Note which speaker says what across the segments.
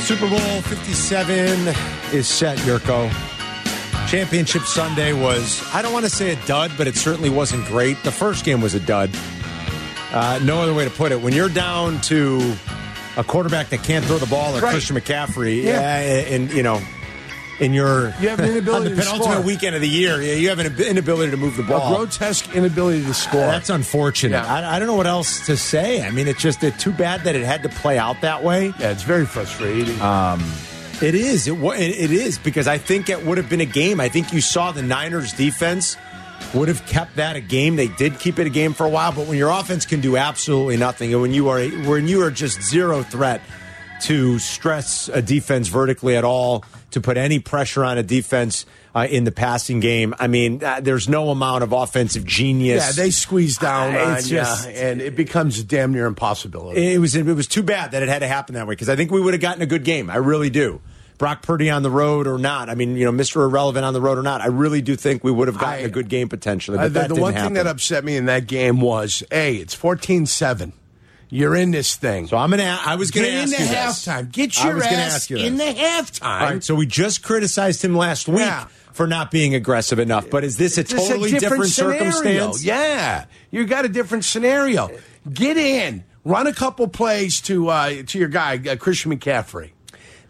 Speaker 1: Super Bowl 57 is set, Yurko. Championship Sunday was, I don't want to say a dud, but it certainly wasn't great. The first game was a dud. Uh, no other way to put it. When you're down to a quarterback that can't throw the ball like
Speaker 2: Right.
Speaker 1: Christian McCaffrey,
Speaker 2: Yeah.
Speaker 1: yeah, and, you know, in your
Speaker 2: You have an inability
Speaker 1: on the
Speaker 2: to
Speaker 1: penultimate
Speaker 2: score.
Speaker 1: weekend of the year, yeah, you have an inability to move the
Speaker 2: A
Speaker 1: ball.
Speaker 2: grotesque inability to score.
Speaker 1: That's unfortunate.
Speaker 2: Yeah.
Speaker 1: I, I don't know what else to say. I mean, it's just it's too bad that it had to play out that way.
Speaker 2: yeah, it's very frustrating.
Speaker 1: Uh, It is. It, wa- it, it is because I think it would have been a game. I think you saw the Niners defense would have kept that a game. They did keep it a game for a while, but when your offense can do absolutely nothing, and when you are when you are just zero threat to stress a defense vertically at all, to put any pressure on a defense uh, in the passing game, I mean, uh, there's no amount of offensive genius.
Speaker 2: yeah, they squeeze down
Speaker 1: Uh,
Speaker 2: on
Speaker 1: it's
Speaker 2: ya,
Speaker 1: just-
Speaker 2: and it becomes damn near impossibility.
Speaker 1: it was it was too bad that it had to happen that way because I think we would have gotten a good game. I really do. Brock Purdy on the road or not? I mean, you know, Mister Irrelevant on the road or not? I really do think we would have gotten
Speaker 2: I-
Speaker 1: a good game potentially. But
Speaker 2: Uh, the-
Speaker 1: that
Speaker 2: the
Speaker 1: didn't
Speaker 2: one
Speaker 1: happen.
Speaker 2: thing that upset me in that game was, a it's 14-7. You're in this thing.
Speaker 1: so I'm gonna. I was gonna
Speaker 2: Get in
Speaker 1: ask
Speaker 2: the
Speaker 1: you this.
Speaker 2: halftime. Get
Speaker 1: I
Speaker 2: your
Speaker 1: was gonna
Speaker 2: ass
Speaker 1: ask you
Speaker 2: in the
Speaker 1: this.
Speaker 2: halftime.
Speaker 1: All right. So we just criticized him last week
Speaker 2: Yeah.
Speaker 1: for not being aggressive enough. But is this a
Speaker 2: It's
Speaker 1: totally different,
Speaker 2: scenario.
Speaker 1: circumstance?
Speaker 2: Yeah, you got a different scenario. Get in, run a couple plays to uh, to your guy uh, Christian McCaffrey.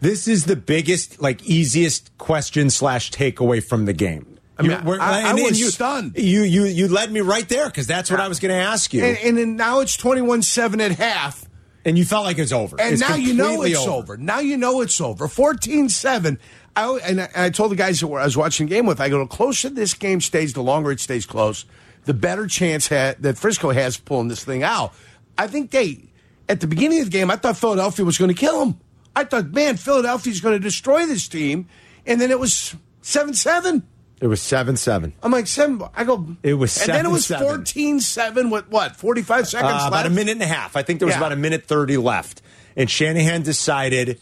Speaker 1: This is the biggest, like, easiest question slash takeaway from the game.
Speaker 2: I mean,
Speaker 1: You- we're-
Speaker 2: I- I was
Speaker 1: you,
Speaker 2: stunned.
Speaker 1: You you you led me right there because that's what I was going to ask you.
Speaker 2: And, and then now it's twenty one seven at half,
Speaker 1: And you felt like it was over.
Speaker 2: and
Speaker 1: It's
Speaker 2: now you know
Speaker 1: completely
Speaker 2: it's over. Now you know it's over. 14-7. I w- and I, and I told the guys that were, I was watching the game with, I go, the closer this game stays, the longer it stays close, the better chance ha- that Frisco has of pulling this thing out. I think they, at the beginning of the game, I thought Philadelphia was going to kill them. I thought, man, Philadelphia's going to destroy this team. And then it was 7 7.
Speaker 1: It was 7 7.
Speaker 2: I'm like, seven. I go,
Speaker 1: It was
Speaker 2: And then it was
Speaker 1: 7-7.
Speaker 2: 14 7 with what, 45 seconds left?
Speaker 1: Uh, about a minute and a half. I think there was
Speaker 2: Yeah.
Speaker 1: about a minute 30 left. And Shanahan decided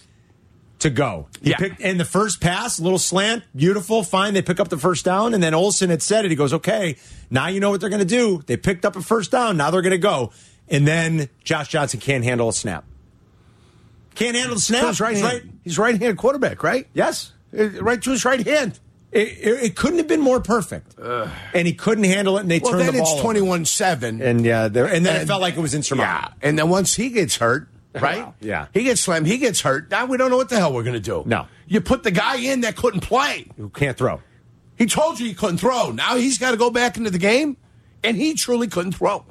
Speaker 1: to go. He
Speaker 2: Yeah.
Speaker 1: picked, and the first pass, little slant, beautiful, fine. They pick up the first down. And then Olson had said it. He goes, okay, now you know what they're going to do. They picked up a first down. Now they're going to go. And then Josh Johnson can't handle a snap. Can't handle the snap.
Speaker 2: He's right
Speaker 1: He's
Speaker 2: hand. He's right hand quarterback, right?
Speaker 1: Yes.
Speaker 2: Uh, Right to his right hand.
Speaker 1: It, it, it couldn't have been more perfect. And he couldn't handle it, and they
Speaker 2: Well,
Speaker 1: turned
Speaker 2: then
Speaker 1: the ball
Speaker 2: it's
Speaker 1: over.
Speaker 2: twenty one seven.
Speaker 1: And yeah, there, and then it felt like it was
Speaker 2: Yeah,
Speaker 1: insurmountable.
Speaker 2: and then once he gets hurt, right?
Speaker 1: Yeah.
Speaker 2: he gets slammed. He gets hurt. Now we don't know what the hell we're going to do.
Speaker 1: No.
Speaker 2: you put the guy in that couldn't play.
Speaker 1: You can't throw.
Speaker 2: He told you he couldn't throw. Now he's got to go back into the game, and he truly couldn't throw.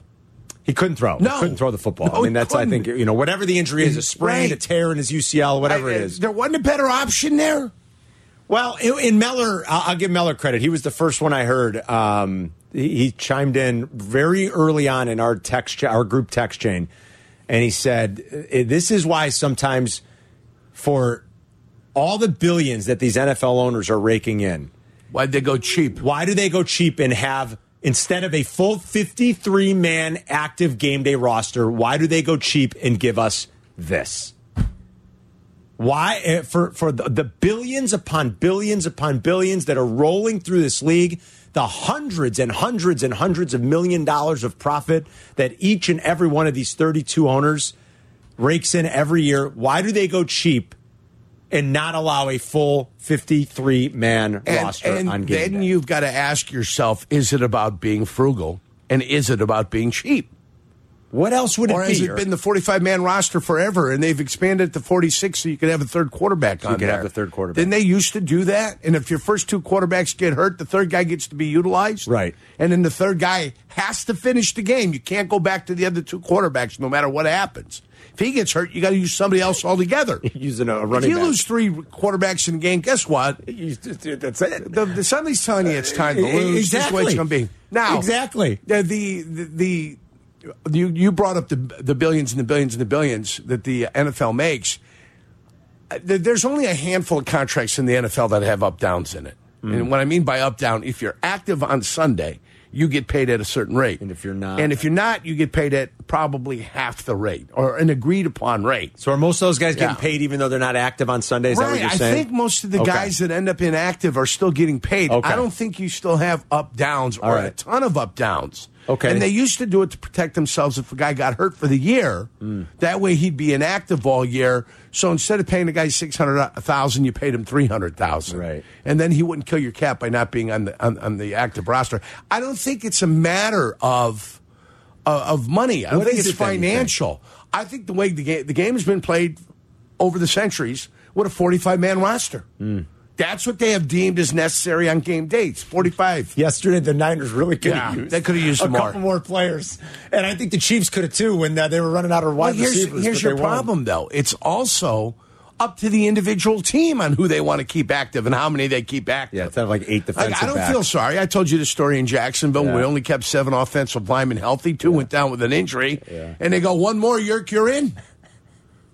Speaker 1: He couldn't throw.
Speaker 2: No.
Speaker 1: he couldn't throw the football.
Speaker 2: No,
Speaker 1: I mean,
Speaker 2: he
Speaker 1: that's I think
Speaker 2: couldn't.
Speaker 1: you know whatever the injury is, a sprain,
Speaker 2: Right.
Speaker 1: a tear in his UCL, whatever
Speaker 2: I- uh,
Speaker 1: it is.
Speaker 2: there wasn't a better option there.
Speaker 1: Well, in, in Meller, I'll, I'll give Meller credit. He was the first one I heard. Um, he, he chimed in very early on in our text, cha- our group text chain, and he said, "Eh, "This is why sometimes, for all the billions that these NFL owners are raking in."
Speaker 2: Why'd they go cheap?
Speaker 1: Why do they go cheap and have instead of a full 53 man active game day roster? Why do they go cheap and give us this? Why eh, for for the, the billions upon billions upon billions that are rolling through this league, the hundreds and hundreds and hundreds of million dollars of profit that each and every one of these 32 owners rakes in every year. Why do they go cheap? And not allow a full 53 man roster
Speaker 2: and
Speaker 1: on game
Speaker 2: then
Speaker 1: day?
Speaker 2: you've got to ask yourself: Is it about being frugal, and is it about being cheap?
Speaker 1: What else would it
Speaker 2: Or
Speaker 1: be?
Speaker 2: has it
Speaker 1: Or-
Speaker 2: been the 45 man roster forever and they've expanded to 46 so you could have a third quarterback on
Speaker 1: could have
Speaker 2: there?
Speaker 1: the third quarterback.
Speaker 2: Didn't they used to do that? And if your first two quarterbacks get hurt, the third guy gets to be utilized.
Speaker 1: Right.
Speaker 2: And then the third guy has to finish the game. You can't go back to the other two quarterbacks no matter what happens. If he gets hurt, you got to use somebody else altogether.
Speaker 1: using a
Speaker 2: if
Speaker 1: running
Speaker 2: you
Speaker 1: back.
Speaker 2: lose three quarterbacks in a game, guess what?
Speaker 1: You- that's it.
Speaker 2: The, the somebody's telling you it's time to
Speaker 1: E-
Speaker 2: lose. This is the way it's
Speaker 1: exactly.
Speaker 2: going to be. Now,
Speaker 1: Exactly.
Speaker 2: The, the the the- you you brought up the the billions and the billions and the billions that the NFL makes. Uh, there- There's only a handful of contracts in the NFL that have up downs in it.
Speaker 1: Mm.
Speaker 2: And what I mean by up down, if you're active on Sunday, you get paid at a certain rate.
Speaker 1: And if you're not-
Speaker 2: and if you're not, you get paid at probably half the rate or an agreed upon rate.
Speaker 1: so are most of those guys getting
Speaker 2: Yeah.
Speaker 1: paid even though they're not active on Sunday? Is that what
Speaker 2: Right.
Speaker 1: you're
Speaker 2: I
Speaker 1: saying?
Speaker 2: think most of the
Speaker 1: Okay.
Speaker 2: guys that end up inactive are still getting paid.
Speaker 1: Okay.
Speaker 2: I don't think you still have up downs
Speaker 1: All
Speaker 2: or
Speaker 1: right.
Speaker 2: a ton of up downs.
Speaker 1: Okay.
Speaker 2: And they used to do it to protect themselves if a guy got hurt for the year.
Speaker 1: Hmm.
Speaker 2: That way he'd be inactive all year. So instead of paying the guy 600000 you paid him 300000
Speaker 1: Right.
Speaker 2: And then he wouldn't kill your cat by not being on the, on, on the active roster. I don't think it's a matter of uh, of money. I don't
Speaker 1: What
Speaker 2: think
Speaker 1: is
Speaker 2: it's
Speaker 1: it then, you think?
Speaker 2: financial. I think the way the game the game has been played over the centuries with a 45 man roster.
Speaker 1: Hmm.
Speaker 2: That's what they have deemed as necessary on game dates. 45.
Speaker 1: Yesterday, the Niners really could
Speaker 2: Yeah,
Speaker 1: have used.
Speaker 2: they could have used
Speaker 1: a
Speaker 2: some more.
Speaker 1: couple more players, and I think the Chiefs could have too when uh, they were running out of
Speaker 2: Well,
Speaker 1: wide
Speaker 2: here's
Speaker 1: receivers.
Speaker 2: here's
Speaker 1: but
Speaker 2: your
Speaker 1: they won't.
Speaker 2: problem though. It's also up to the individual team on who they want to keep active and how many they keep active.
Speaker 1: Yeah, it's out of like eight
Speaker 2: Like,
Speaker 1: defensive.
Speaker 2: I don't
Speaker 1: backs.
Speaker 2: feel sorry. I told you the story in Jacksonville.
Speaker 1: Yeah.
Speaker 2: We only kept seven offensive linemen healthy. Two went down with an injury,
Speaker 1: Yeah.
Speaker 2: and they go one more Yerk, you're in.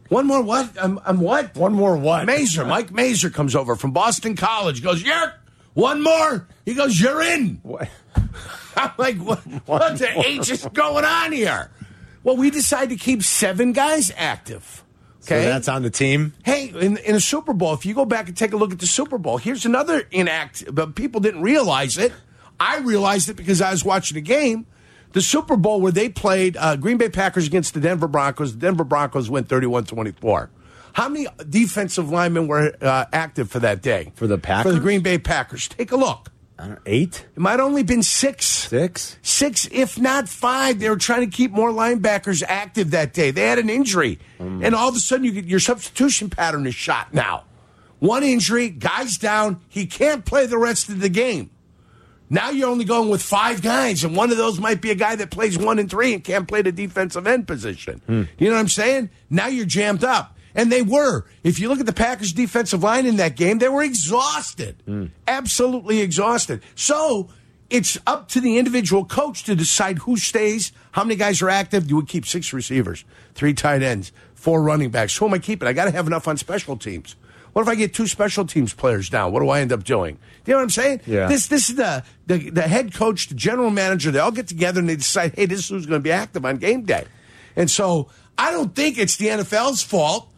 Speaker 2: One more what? I'm, I'm what?
Speaker 1: One more what?
Speaker 2: Mazer, Mike Mazer comes over from Boston College. Goes Yerk, one more. He goes, you're in.
Speaker 1: What?
Speaker 2: I'm like, what, what the H is going on here? Well, we decide to keep seven guys active. Okay,
Speaker 1: So that's on the team.
Speaker 2: Hey, in, in a Super Bowl, if you go back and take a look at the Super Bowl, here's another inact, but people didn't realize it. I realized it because I was watching a game. The Super Bowl where they played uh, Green Bay Packers against the Denver Broncos. The Denver Broncos went 31 24. How many defensive linemen were uh, active for that day?
Speaker 1: For the
Speaker 2: For
Speaker 1: Packers?
Speaker 2: the Green Bay Packers. Take a look.
Speaker 1: I don't- Eight,
Speaker 2: It might only been six
Speaker 1: six.
Speaker 2: six, if not five. They were trying to keep more linebackers active that day. They had an injury, and all of a sudden, you get, your substitution pattern is shot now. One injury, guys down. He can't play the rest of the game. Now you're only going with five guys, and one of those might be a guy that plays one and three and can't play the defensive end position. You know what I'm saying? Now you're jammed up. And they were. If you look at the Packers' defensive line in that game, they were exhausted, absolutely exhausted. So it's up to the individual coach to decide who stays, how many guys are active. Do we keep six receivers, three tight ends, four running backs? Who am I keeping? I got to have enough on special teams. What if I get two special teams players down? What do I end up doing? You know what I'm saying?
Speaker 1: Yeah.
Speaker 2: This this is the, the the head coach, the general manager. They all get together and they decide, hey, this is who's going to be active on game day. And so I don't think it's the NFL's fault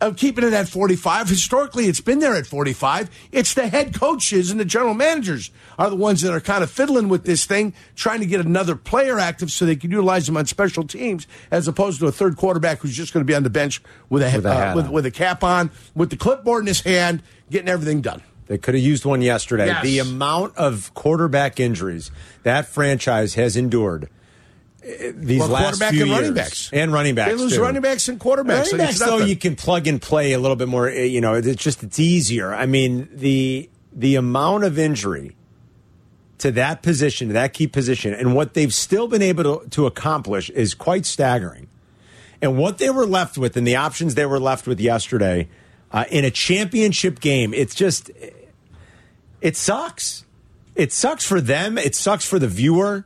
Speaker 2: of keeping it at 45. Historically, it's been there at 45. It's the head coaches and the general managers are the ones that are kind of fiddling with this thing, trying to get another player active so they can utilize them on special teams, as opposed to a third quarterback who's just going to be on the bench with a,
Speaker 1: With a
Speaker 2: uh,
Speaker 1: hat
Speaker 2: with,
Speaker 1: on.
Speaker 2: with a cap on, with the clipboard in his hand, getting everything done.
Speaker 1: They could have used one yesterday.
Speaker 2: Yes.
Speaker 1: The amount of quarterback injuries that franchise has endured eh, these
Speaker 2: Well,
Speaker 1: last
Speaker 2: quarterback
Speaker 1: few
Speaker 2: and
Speaker 1: years,
Speaker 2: running backs.
Speaker 1: and running backs.
Speaker 2: They lose
Speaker 1: too.
Speaker 2: running backs and quarterbacks.
Speaker 1: Running
Speaker 2: Like,
Speaker 1: backs,
Speaker 2: it's
Speaker 1: though,
Speaker 2: nothing.
Speaker 1: you can plug and play a little bit more. eh, You know, it's just it's easier. I mean, the the amount of injury to that position, to that key position, and what they've still been able to, to accomplish is quite staggering. And what they were left with, and the options they were left with yesterday uh, in a championship game, it's just it sucks. It sucks for them. It sucks for the viewer.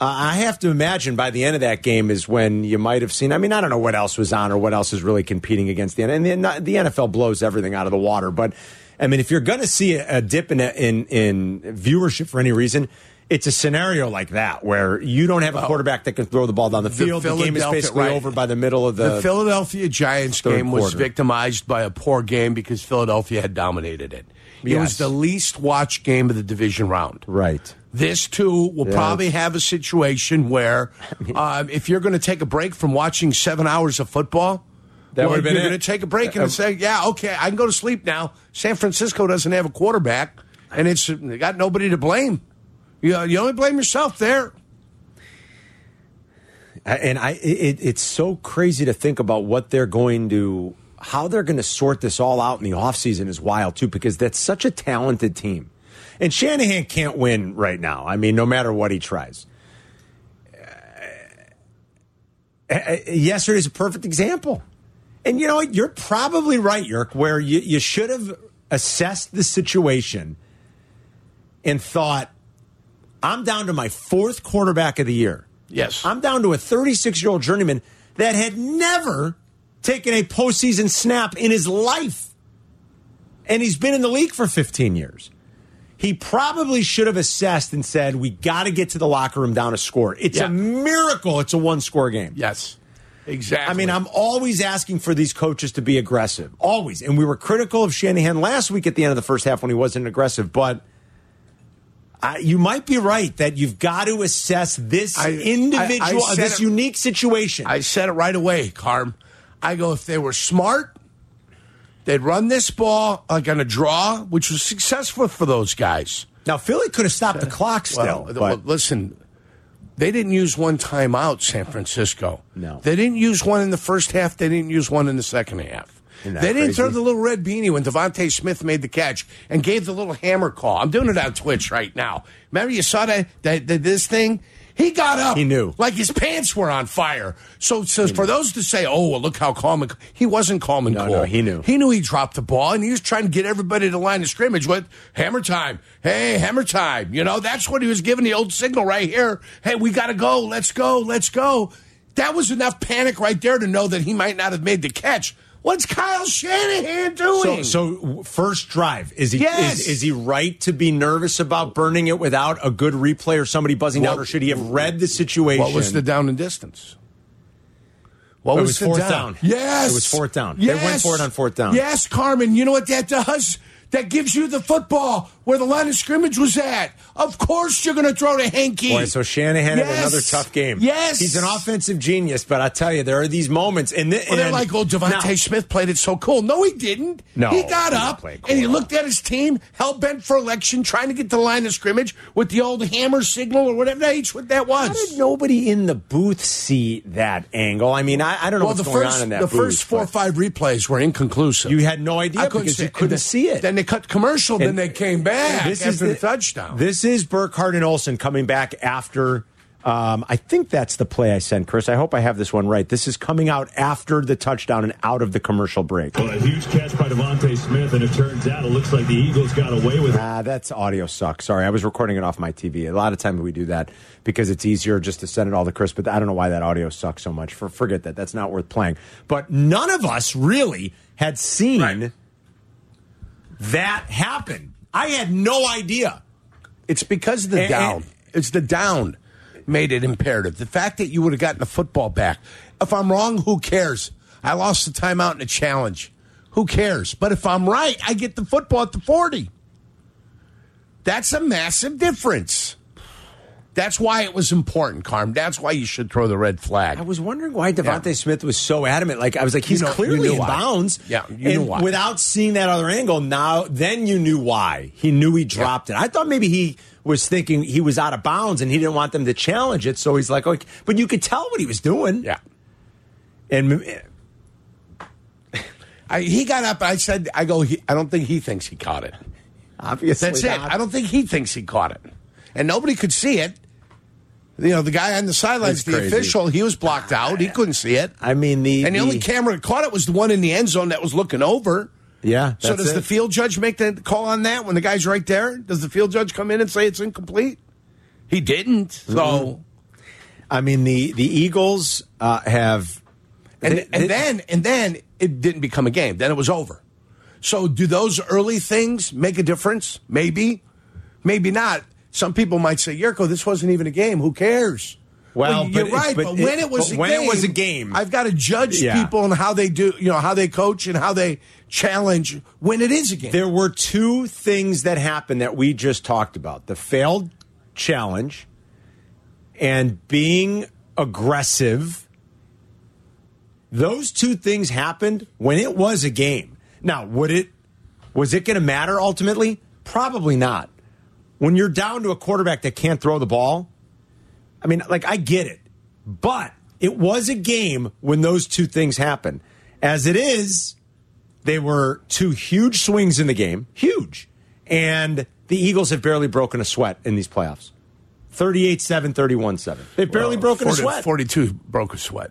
Speaker 1: Uh, I have to imagine by the end of that game is when you might have seen. I mean, I don't know what else was on or what else is really competing against the NFL. And the, the NFL blows everything out of the water. But I mean, if you're going to see a, a dip in, in in viewership for any reason, it's a scenario like that where you don't have a quarterback that can throw the ball down the
Speaker 2: the
Speaker 1: field. The, game is
Speaker 2: Philadelphia-
Speaker 1: basically
Speaker 2: right.
Speaker 1: over by the middle of
Speaker 2: the Philadelphia Giants
Speaker 1: Uh, third
Speaker 2: game was
Speaker 1: quarter.
Speaker 2: victimized by a poor game because Philadelphia had dominated it. It
Speaker 1: Yes.
Speaker 2: was the least watched game of the division round.
Speaker 1: right.
Speaker 2: This too will
Speaker 1: Yeah.
Speaker 2: probably have a situation where, um, if you're going to take a break from watching seven hours of football,
Speaker 1: That
Speaker 2: well,
Speaker 1: would've been
Speaker 2: you're
Speaker 1: it.
Speaker 2: going to take a break and say, "Yeah, okay, I can go to sleep now." San Francisco doesn't have a quarterback, and it's they got nobody to blame. You, you only blame yourself there.
Speaker 1: I- and I it, it's so crazy to think about what they're going to how they're going to sort this all out in the offseason is wild too because that's such a talented team. And Shanahan can't win right now. I mean, no matter what he tries. Uh, uh, yesterday's a perfect example. And you know what? You're probably right, Yerk, where you, you should have assessed the situation and thought, I'm down to my fourth quarterback of the year.
Speaker 2: Yes.
Speaker 1: I'm down to a 36 year old journeyman that had never taken a postseason snap in his life. And he's been in the league for 15 years. He probably should have assessed and said, We got to get to the locker room down a score. It's
Speaker 2: Yeah.
Speaker 1: a miracle it's a one score game.
Speaker 2: Yes, exactly.
Speaker 1: I mean, I'm always asking for these coaches to be aggressive, always. And we were critical of Shanahan last week at the end of the first half when he wasn't aggressive, but I, you might be right that you've got to assess this
Speaker 2: I-
Speaker 1: individual,
Speaker 2: I- I said
Speaker 1: this
Speaker 2: it-
Speaker 1: unique situation.
Speaker 2: I said it right away, Carm. I go, if they were smart, they'd run this ball like on a draw, which was successful for those guys.
Speaker 1: now Philly could have stopped the clock still,
Speaker 2: Well,
Speaker 1: but
Speaker 2: well, listen, they didn't use one timeout, San Francisco.
Speaker 1: No.
Speaker 2: They didn't use one in the first half. They didn't use one in the second half.
Speaker 1: Isn't
Speaker 2: They
Speaker 1: that
Speaker 2: didn't
Speaker 1: crazy?
Speaker 2: throw the little red beanie when Devontae Smith made the catch and gave the little hammer call. I'm doing it on Twitch right now. Remember, you saw that, that, that this thing? He got up.
Speaker 1: He knew.
Speaker 2: Like his pants were on fire. So, so for those to say, oh, well, look how calm and c-" he wasn't calm and
Speaker 1: No,
Speaker 2: cool.
Speaker 1: no, he knew.
Speaker 2: He knew he dropped the ball, and he was trying to get everybody to line of scrimmage with hammer time. Hey, hammer time. You know, that's what he was giving the old signal right here. Hey, we got to go. Let's go. Let's go. That was enough panic right there to know that he might not have made the catch. What's Kyle Shanahan
Speaker 1: so,
Speaker 2: doing?
Speaker 1: so w- first drive is he
Speaker 2: Yes.
Speaker 1: is, is he right to be nervous about burning it without a good replay or somebody buzzing out,
Speaker 2: What-
Speaker 1: or should he have read the situation?
Speaker 2: what was the down and distance? What
Speaker 1: It
Speaker 2: was,
Speaker 1: was
Speaker 2: the
Speaker 1: fourth
Speaker 2: down?
Speaker 1: down.
Speaker 2: Yes,
Speaker 1: It was fourth down. They
Speaker 2: Yes.
Speaker 1: went for it on fourth down.
Speaker 2: Yes, Carmen. You know what that does? That gives you the football where the line of scrimmage was at. Of course, you're going to throw to Hanky.
Speaker 1: Boy, so Shanahan had
Speaker 2: Yes.
Speaker 1: another tough game.
Speaker 2: Yes.
Speaker 1: he's an offensive genius, but I tell you, there are these moments, and, thi-
Speaker 2: Well, they're
Speaker 1: and-
Speaker 2: like, oh, Devontae
Speaker 1: Now-
Speaker 2: Smith played it so cool. No, he didn't.
Speaker 1: No,
Speaker 2: He
Speaker 1: he
Speaker 2: got
Speaker 1: didn't
Speaker 2: up
Speaker 1: play cool
Speaker 2: and he
Speaker 1: at all.
Speaker 2: looked at his team, hell bent for election, trying to get the line of scrimmage with the old hammer signal or whatever the H what that was.
Speaker 1: How did nobody in the booth see that angle? I mean, I, I don't know
Speaker 2: well,
Speaker 1: what's
Speaker 2: the
Speaker 1: going
Speaker 2: first,
Speaker 1: on in that
Speaker 2: the
Speaker 1: booth,
Speaker 2: first four or
Speaker 1: but
Speaker 2: five replays were inconclusive.
Speaker 1: You had no idea because you
Speaker 2: and
Speaker 1: couldn't
Speaker 2: then-
Speaker 1: see it.
Speaker 2: Then they cut commercial. then
Speaker 1: And
Speaker 2: they came back after the, touchdown.
Speaker 1: This is Burkhardt and Olson coming back after. Um, I think that's the play I sent, Chris. I hope I have this one right. This is coming out after the touchdown and out of the commercial break.
Speaker 3: Well, a huge catch by Devontae Smith, and it turns out it looks like the Eagles got away with it.
Speaker 1: Ah, that's audio sucks. Sorry, I was recording it off my TV. A lot of times we do that because it's easier just to send it all to Chris. But I don't know why that audio sucks so much. For forget that. That's not worth playing. But none of us really had seen
Speaker 2: Right.
Speaker 1: that happen. I had no idea.
Speaker 2: It's because of the
Speaker 1: And-
Speaker 2: down.
Speaker 1: and-
Speaker 2: it's the down made it imperative. The fact that you would have gotten the football back. If I'm wrong, who cares? I lost the timeout in a challenge. Who cares? But if I'm right, I get the football at the 40. That's a massive difference. That's why it was important, Carm. That's why you should throw the red flag.
Speaker 1: I was wondering why Devontae Smith was so adamant. Like I was like, he's
Speaker 2: know- you
Speaker 1: clearly
Speaker 2: knew
Speaker 1: in
Speaker 2: why.
Speaker 1: bounds.
Speaker 2: Yeah, you
Speaker 1: and
Speaker 2: knew why.
Speaker 1: Without seeing that other angle, now then you knew why he knew he dropped it. I thought maybe he was thinking he was out of bounds and he didn't want them to challenge it, so he's like, okay. But you could tell what he was doing.
Speaker 2: yeah.
Speaker 1: and
Speaker 2: I, he got up. I said, I go, he, I don't think he thinks he caught it.
Speaker 1: obviously
Speaker 2: That's it.
Speaker 1: not.
Speaker 2: I don't think he thinks he caught it, and nobody could see it. You know, the guy on the sidelines,
Speaker 1: It's
Speaker 2: the
Speaker 1: crazy.
Speaker 2: official, he was blocked out. He couldn't see it.
Speaker 1: I mean the
Speaker 2: and the only camera that caught it was the one in the end zone that was looking over.
Speaker 1: yeah.
Speaker 2: So
Speaker 1: that's
Speaker 2: does
Speaker 1: it.
Speaker 2: the field judge make the call on that when the guy's right there? Does the field judge come in and say it's incomplete? He didn't. So
Speaker 1: I mean the the Eagles uh, have
Speaker 2: and
Speaker 1: they- they-
Speaker 2: and then and then it didn't become a game. Then it was over. So do those early things make a difference? Maybe, maybe not. Some people might say, "Yerko, this wasn't even a game. Who cares?"
Speaker 1: Well,
Speaker 2: you're
Speaker 1: but it-
Speaker 2: right.
Speaker 1: but
Speaker 2: But, when
Speaker 1: it-
Speaker 2: it was
Speaker 1: but
Speaker 2: a
Speaker 1: when it
Speaker 2: game,
Speaker 1: was a game-
Speaker 2: I've got to judge
Speaker 1: Yeah.
Speaker 2: people and how they do, you know, how they coach and how they challenge when it is a game.
Speaker 1: There were two things that happened that we just talked about the failed challenge and being aggressive. Those two things happened when it was a game. Now, would it was it going to matter ultimately? Probably not. When you're down to a quarterback that can't throw the ball, I mean, like I get it. But it was a game when those two things happened. As it is, they were two huge swings in the game, huge. And the Eagles have barely broken a sweat in these playoffs. 38-7, 31-7. They've barely broken a sweat.
Speaker 2: 40 Uh, Forty-two broke a sweat.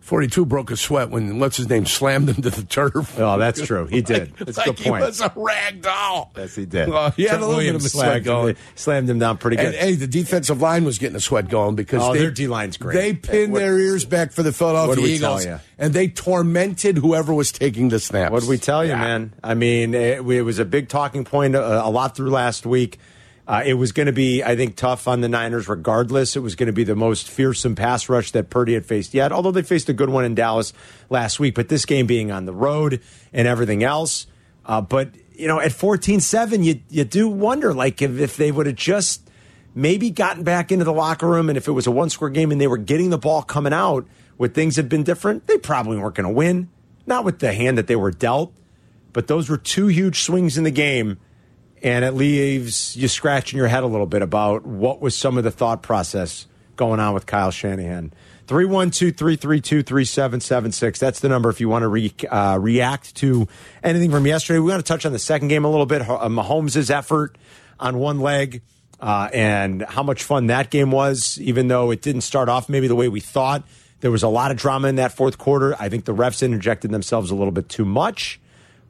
Speaker 2: Forty-two broke a sweat when what's his name slammed him to the turf.
Speaker 1: Oh, that's true. He did. That's a good
Speaker 2: like
Speaker 1: point.
Speaker 2: He was a rag doll.
Speaker 1: yes, he did.
Speaker 2: Well, he had
Speaker 1: Trent
Speaker 2: a little
Speaker 1: Williams
Speaker 2: bit of a sweat
Speaker 1: slagged him-
Speaker 2: going.
Speaker 1: slammed him down pretty good.
Speaker 2: And hey, the defensive line was getting a sweat going because
Speaker 1: Oh,
Speaker 2: they,
Speaker 1: their D-line's great.
Speaker 2: They pinned
Speaker 1: What-
Speaker 2: their ears back for the
Speaker 1: What do
Speaker 2: Philadelphia
Speaker 1: we tell
Speaker 2: Eagles,
Speaker 1: ya?
Speaker 2: and they tormented whoever was taking the snaps.
Speaker 1: What did we tell you,
Speaker 2: Yeah.
Speaker 1: man? I mean, it, it was a big talking point uh, a lot through last week. Uh, it was going to be, I think, tough on the Niners regardless. It was going to be the most fearsome pass rush that Purdy had faced yet, although they faced a good one in Dallas last week. But this game being on the road and everything else. Uh, but you know, at 14-7, you you do wonder like if, if they would have just maybe gotten back into the locker room and if it was a one score game and they were getting the ball coming out where things had been different, they probably weren't going to win. Not with the hand that they were dealt, but those were two huge swings in the game. And it leaves you scratching your head a little bit about what was some of the thought process going on with Kyle Shanahan. 312 332 3776. That's the number if you want to re, uh, react to anything from yesterday. We want to touch on the second game a little bit. Uh, Mahomes' effort on one leg uh, and how much fun that game was, even though it didn't start off maybe the way we thought. There was a lot of drama in that fourth quarter. I think the refs interjected themselves a little bit too much,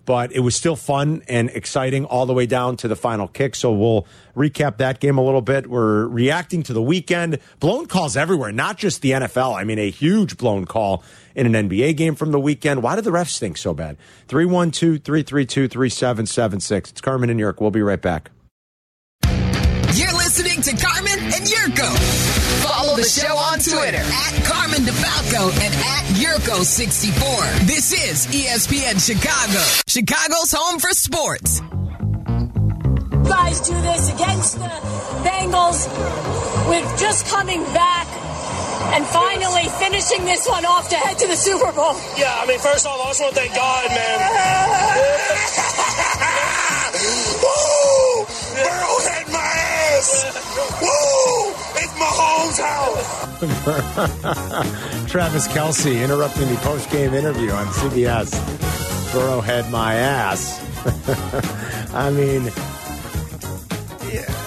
Speaker 1: but it was still fun and exciting all the way down to the final kick. So we'll recap that game a little bit. We're reacting to the weekend. Blown calls everywhere, not just the NFL. I mean, a huge blown call in an NBA game from the weekend. Why did the refs think so bad? 312 332 3776. It's Carmen and York. We'll be right back.
Speaker 4: You're listening to Carmen and Yurko. Follow the show on Twitter at Carmen DeFalco and at Yurko64. This is E ESPN Chicago, Chicago's home for sports.
Speaker 5: guys do this against the Bengals with just coming back and finally finishing this one off to head to the Super Bowl.
Speaker 6: Yeah, I mean, first off, I just want to thank God, man.
Speaker 7: Woo! Burrow had my ass! Woo! It's Mahomes' house!
Speaker 1: Travis Kelsey interrupting the post game interview on CBS. Burrow had my ass. I mean,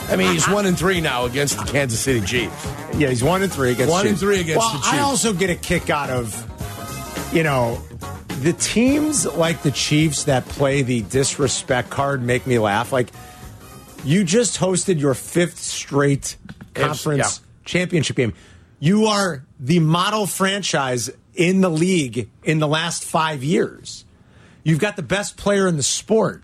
Speaker 2: I mean, he's one and three now against the Kansas City Chiefs.
Speaker 1: yeah, he's one and three against
Speaker 2: One and
Speaker 1: Chiefs.
Speaker 2: three against
Speaker 1: Well,
Speaker 2: the
Speaker 1: I
Speaker 2: Chiefs.
Speaker 1: also get a kick out of, you know, the teams like the Chiefs that play the disrespect card make me laugh. Like, you just hosted your fifth straight conference
Speaker 2: yeah.
Speaker 1: championship game. You are the model franchise in the league in the last five years. You've got the best player in the sport.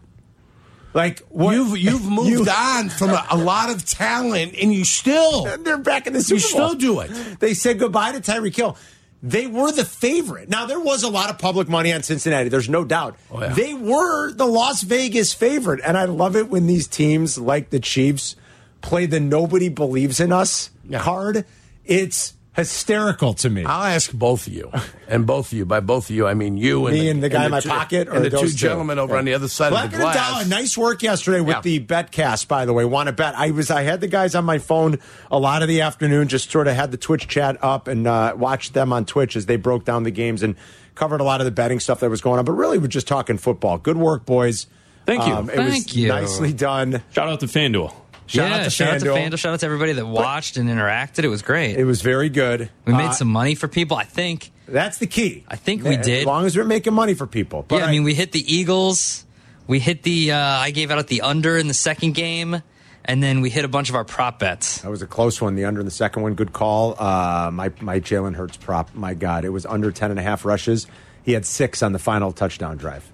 Speaker 1: Like what,
Speaker 2: You've you've moved
Speaker 1: You-
Speaker 2: on from a, a lot of talent, and you still
Speaker 1: They're back in the Super
Speaker 2: you
Speaker 1: Bowl.
Speaker 2: still do it.
Speaker 1: They said goodbye to Tyreek Hill. They were the favorite. Now there was a lot of public money on Cincinnati. There's no doubt.
Speaker 2: Oh, yeah.
Speaker 1: They were the Las Vegas favorite, and I love it when these teams like the Chiefs play the "nobody believes in us"
Speaker 2: Yeah.
Speaker 1: card. It's hysterical to me.
Speaker 2: I'll ask both of you, and both of you. By both of you, I mean you and
Speaker 1: me and the guy in my
Speaker 2: two-
Speaker 1: pocket, or
Speaker 2: and the
Speaker 1: those
Speaker 2: two gentlemen over
Speaker 1: Yeah.
Speaker 2: on the other side
Speaker 1: Black
Speaker 2: of the
Speaker 1: and
Speaker 2: glass.
Speaker 1: Abdallah, nice work yesterday with
Speaker 2: Yeah.
Speaker 1: the betcast. By the way, want to bet? I was I had the guys on my phone a lot of the afternoon. Just sort of had the Twitch chat up and uh, watched them on Twitch as they broke down the games and covered a lot of the betting stuff that was going on. But really, we're just talking football. Good work, boys. Um,
Speaker 8: Thank you.
Speaker 1: it was
Speaker 9: Thank you.
Speaker 1: nicely done.
Speaker 8: Shout out to FanDuel.
Speaker 1: Shout
Speaker 9: yeah,
Speaker 1: out to
Speaker 9: shout out to
Speaker 1: FanDuel.
Speaker 9: FanDuel. Shout out to everybody that watched and interacted. It was great.
Speaker 1: It was very good.
Speaker 9: we made
Speaker 1: Uh,
Speaker 9: some money for people. I think.
Speaker 1: That's the key.
Speaker 9: I think we
Speaker 1: As
Speaker 9: did.
Speaker 1: long as we're making money for people. But
Speaker 9: yeah, I mean, we hit the Eagles. We hit the. Uh, I gave out the under in the second game, and then we hit a bunch of our prop bets.
Speaker 1: That was a close one. The under in the second one, good call. Uh, my my Jalen Hurts prop, my God, it was under 10 and a half rushes. He had six on the final touchdown drive.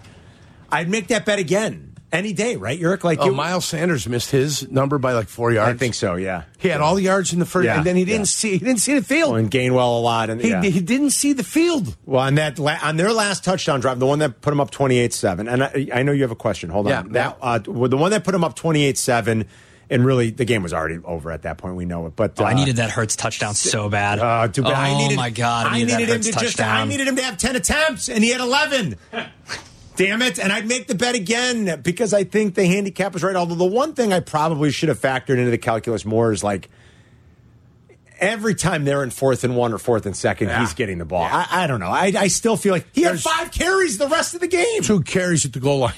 Speaker 1: I'd make that bet again any day, right, Yurik? Like
Speaker 2: Oh,
Speaker 1: you,
Speaker 2: Miles Sanders missed his number by like four
Speaker 1: I
Speaker 2: yards.
Speaker 1: think so, yeah.
Speaker 2: He had all the yards in the first,
Speaker 1: Yeah,
Speaker 2: and then he didn't
Speaker 1: yeah.
Speaker 2: see. He didn't see the field.
Speaker 1: Well, and Gainwell a lot, and
Speaker 2: he,
Speaker 1: yeah.
Speaker 2: he didn't see the field.
Speaker 1: well, on that la- on their last touchdown drive, the one that put him up twenty eight seven, and I, I know you have a question. Hold
Speaker 2: Yeah,
Speaker 1: on, that uh, well, the one that put him up twenty eight seven, and really the game was already over at that point. We know it,
Speaker 7: Oh,
Speaker 1: but uh,
Speaker 9: I needed that Hertz touchdown so bad.
Speaker 1: Uh, too bad.
Speaker 9: Oh
Speaker 1: I needed,
Speaker 9: my god! I
Speaker 1: I
Speaker 9: needed,
Speaker 1: needed,
Speaker 9: that
Speaker 1: him
Speaker 9: Hurts
Speaker 1: to
Speaker 9: touchdown.
Speaker 1: just. I needed him to have ten attempts, and he had eleven. Damn it! And I'd make the bet again because I think the handicap is right. Although the one thing I probably should have factored into the calculus more is like every time they're in fourth and one or fourth and second, he's getting the ball. I, I don't know. I, I still feel like he
Speaker 2: There's-
Speaker 1: had five carries the rest of the game.
Speaker 2: Two carries at the goal line.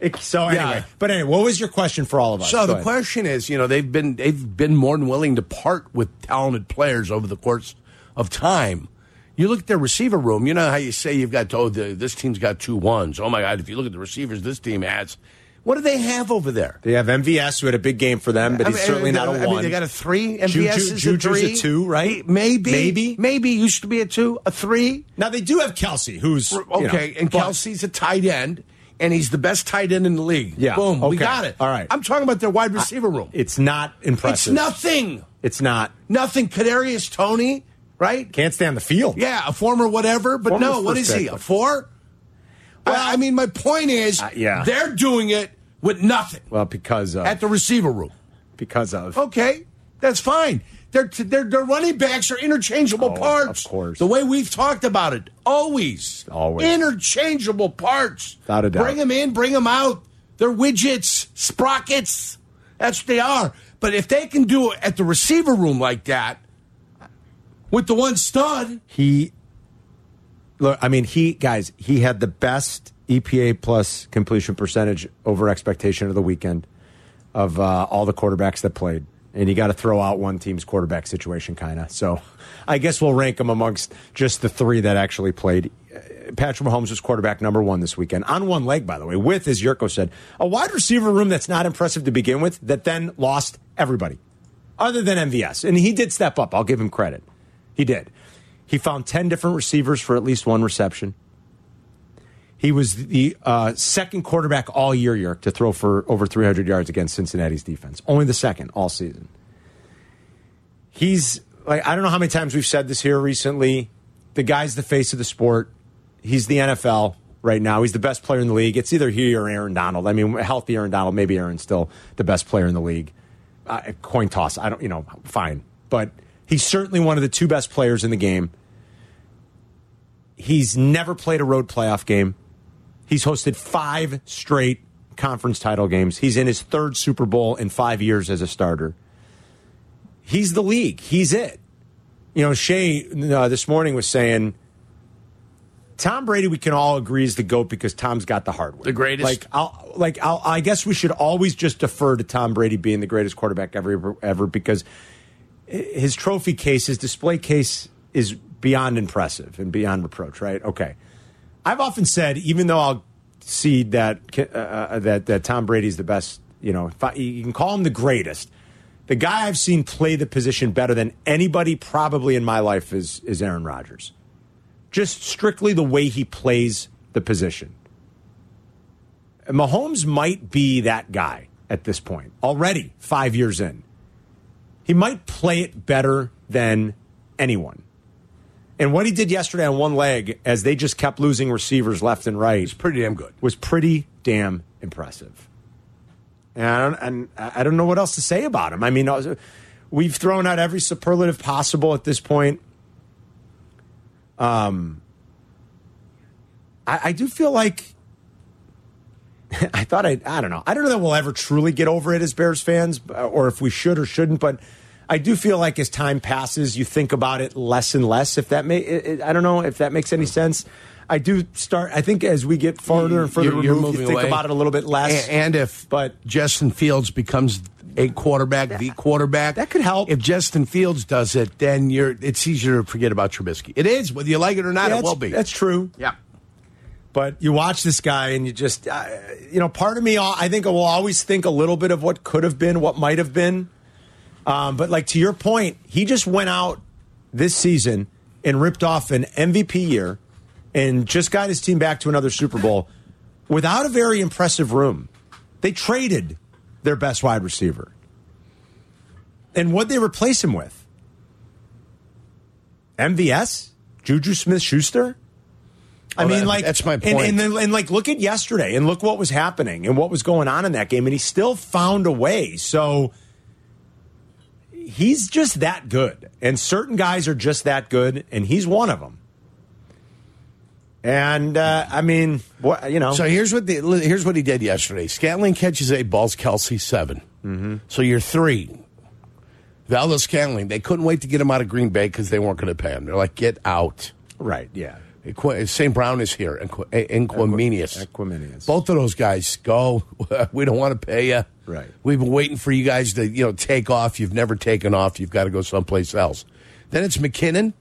Speaker 1: It- so
Speaker 2: Yeah.
Speaker 1: anyway, but anyway, what was your question for all of us?
Speaker 2: So
Speaker 1: Go
Speaker 2: the
Speaker 1: ahead.
Speaker 2: question is, you know, they've been they've been more than willing to part with talented players over the course of time. You look at their receiver room. You know how you say you've got oh the, this team's got two ones. Oh my God! If you look at the receivers, this team has. What do they have over there?
Speaker 1: They have MVS who had a big game for them, but
Speaker 2: I
Speaker 1: he's
Speaker 2: mean,
Speaker 1: certainly
Speaker 2: I mean,
Speaker 1: not a
Speaker 2: I
Speaker 1: one.
Speaker 2: mean, they got a three. MVS
Speaker 1: Juju-
Speaker 2: is
Speaker 1: Juju's
Speaker 2: a
Speaker 1: a
Speaker 2: three.
Speaker 1: two, right?
Speaker 2: Maybe,
Speaker 1: Maybe.
Speaker 2: maybe used to be a two, a three.
Speaker 1: Now they do have Kelsey, who's
Speaker 2: Okay,
Speaker 1: you know,
Speaker 2: and
Speaker 1: but-
Speaker 2: Kelsey's a tight end, and he's the best tight end in the league.
Speaker 1: Yeah,
Speaker 2: boom, we
Speaker 1: okay,
Speaker 2: got it.
Speaker 1: all right.
Speaker 2: I'm talking about their wide receiver room.
Speaker 1: It's not
Speaker 2: It's
Speaker 1: impressive.
Speaker 2: nothing.
Speaker 1: It's not.
Speaker 2: Nothing. Kadarius Tony, right?
Speaker 1: Can't stand the field.
Speaker 2: Yeah, a former whatever, but
Speaker 1: Former
Speaker 2: no, what
Speaker 1: first
Speaker 2: is he?
Speaker 1: pick.
Speaker 2: A four? Well, I mean, my point is,
Speaker 1: Uh, yeah.
Speaker 2: they're doing it with nothing
Speaker 1: Well, because of
Speaker 2: at Oh. the receiver room.
Speaker 1: because of
Speaker 2: Okay, that's fine. Their their their running backs are interchangeable
Speaker 1: Oh,
Speaker 2: parts.
Speaker 1: of course.
Speaker 2: the way we've talked about it, always,
Speaker 1: Always.
Speaker 2: interchangeable parts.
Speaker 1: Without a doubt.
Speaker 2: Bring them in, bring them out. They're widgets, sprockets. That's what they are. But if they can do it at the receiver room like that, with the one stud,
Speaker 1: he. Look, I mean, he guys, he had the best EPA plus completion percentage over expectation of the weekend of uh, all the quarterbacks that played, and you got to throw out one team's quarterback situation, kind of. So, I guess we'll rank him amongst just the three that actually played. Uh, Patrick Mahomes was quarterback number one this weekend on one leg, by the way, with as Yurko said, a wide receiver room that's not impressive to begin with, that then lost everybody other than MVS. And he did step up. I'll give him credit. He did. He found 10 different receivers for at least one reception. He was the uh, second quarterback all year, York, to throw for over 300 yards against Cincinnati's defense. Only the second all season. He's like, I don't know how many times we've said this here recently. The guy's the face of the sport. He's the NFL right now. He's the best player in the league. It's either he or Aaron Donald. I mean, healthy Aaron Donald, maybe Aaron's still the best player in the league. Uh, coin toss. I don't, you know, fine. But he's certainly one of the two best players in the game. He's never played a road playoff game. He's hosted five straight conference title games. He's in his third Super Bowl in five years as a starter. He's the league. He's it. You know, Shay uh, this morning was saying Tom Brady. We can all agree is the goat because Tom's got the hardware, the
Speaker 2: greatest.
Speaker 1: Like, I'll, like I'll, I guess we should always just defer to Tom Brady being the greatest quarterback ever, ever because his trophy case, his display case is beyond impressive and beyond reproach, right? Okay. I've often said, even though I'll see that uh, that that Tom Brady's the best, you know, if I- you can call him the greatest. The guy I've seen play the position better than anybody probably in my life is is Aaron Rodgers. Just strictly the way he plays the position. And Mahomes might be that guy at this point already, five years in. He might play it better than anyone. And what he did yesterday on one leg, as they just kept losing receivers left and right,
Speaker 2: it's pretty damn good.
Speaker 1: was pretty damn impressive. And I don't, and I I don't know what else to say about him. I mean, I was- we've thrown out every superlative possible at this point. Um, I, I do feel like I thought I, I don't know. I don't know that we'll ever truly get over it as Bears fans, b- or if we should or shouldn't. But I do feel like as time passes, you think about it less and less. If that may, it, it- I don't know if that makes any sense. I do start. I think as we get farther and further
Speaker 2: You're- you're
Speaker 1: removed, you
Speaker 2: moving
Speaker 1: think
Speaker 2: away.
Speaker 1: about it a little bit less.
Speaker 2: And, and if
Speaker 1: But-
Speaker 2: Justin Fields becomes a quarterback, the quarterback,
Speaker 1: that could help.
Speaker 2: If Justin Fields does it, then you're it's easier to forget about Trubisky. It is whether you like it or not.
Speaker 1: Yeah,
Speaker 2: it
Speaker 1: that's-
Speaker 2: will be.
Speaker 1: That's true.
Speaker 2: yeah.
Speaker 1: But you watch this guy, and you just, uh, you know, part of me, I think, will always think a little bit of what could have been, what might have been. Um, but like to your point, he just went out this season and ripped off an MVP year, and just got his team back to another Super Bowl without a very impressive room. They traded their best wide receiver, and what they replace him with? MVS, Juju Smith Schuster. I
Speaker 2: Oh,
Speaker 1: mean,
Speaker 2: that-
Speaker 1: like
Speaker 2: that's my
Speaker 1: and-
Speaker 2: point.
Speaker 1: And, then, and like, look at yesterday, and look what was happening, and what was going on in that game, and he still found a way. So he's just that good, and certain guys are just that good, and he's one of them. And uh, I mean, what you know,
Speaker 2: So here's what the here's what he did yesterday. Scantling catches eight balls. Kelsey 7 Mm-hmm. So you're three. Valdez Scantling. They couldn't wait to get him out of Green Bay because they weren't going to pay him. They're like, get out.
Speaker 1: right? Yeah,
Speaker 2: Equ- St. Brown is here. Inqu- Inquiminius.
Speaker 1: Equiminius.
Speaker 2: Both of those guys go. we don't want to pay you.
Speaker 1: Right.
Speaker 2: We've been waiting for you guys to you know take off. You've never taken off. You've got to go someplace else. Then it's McKinnon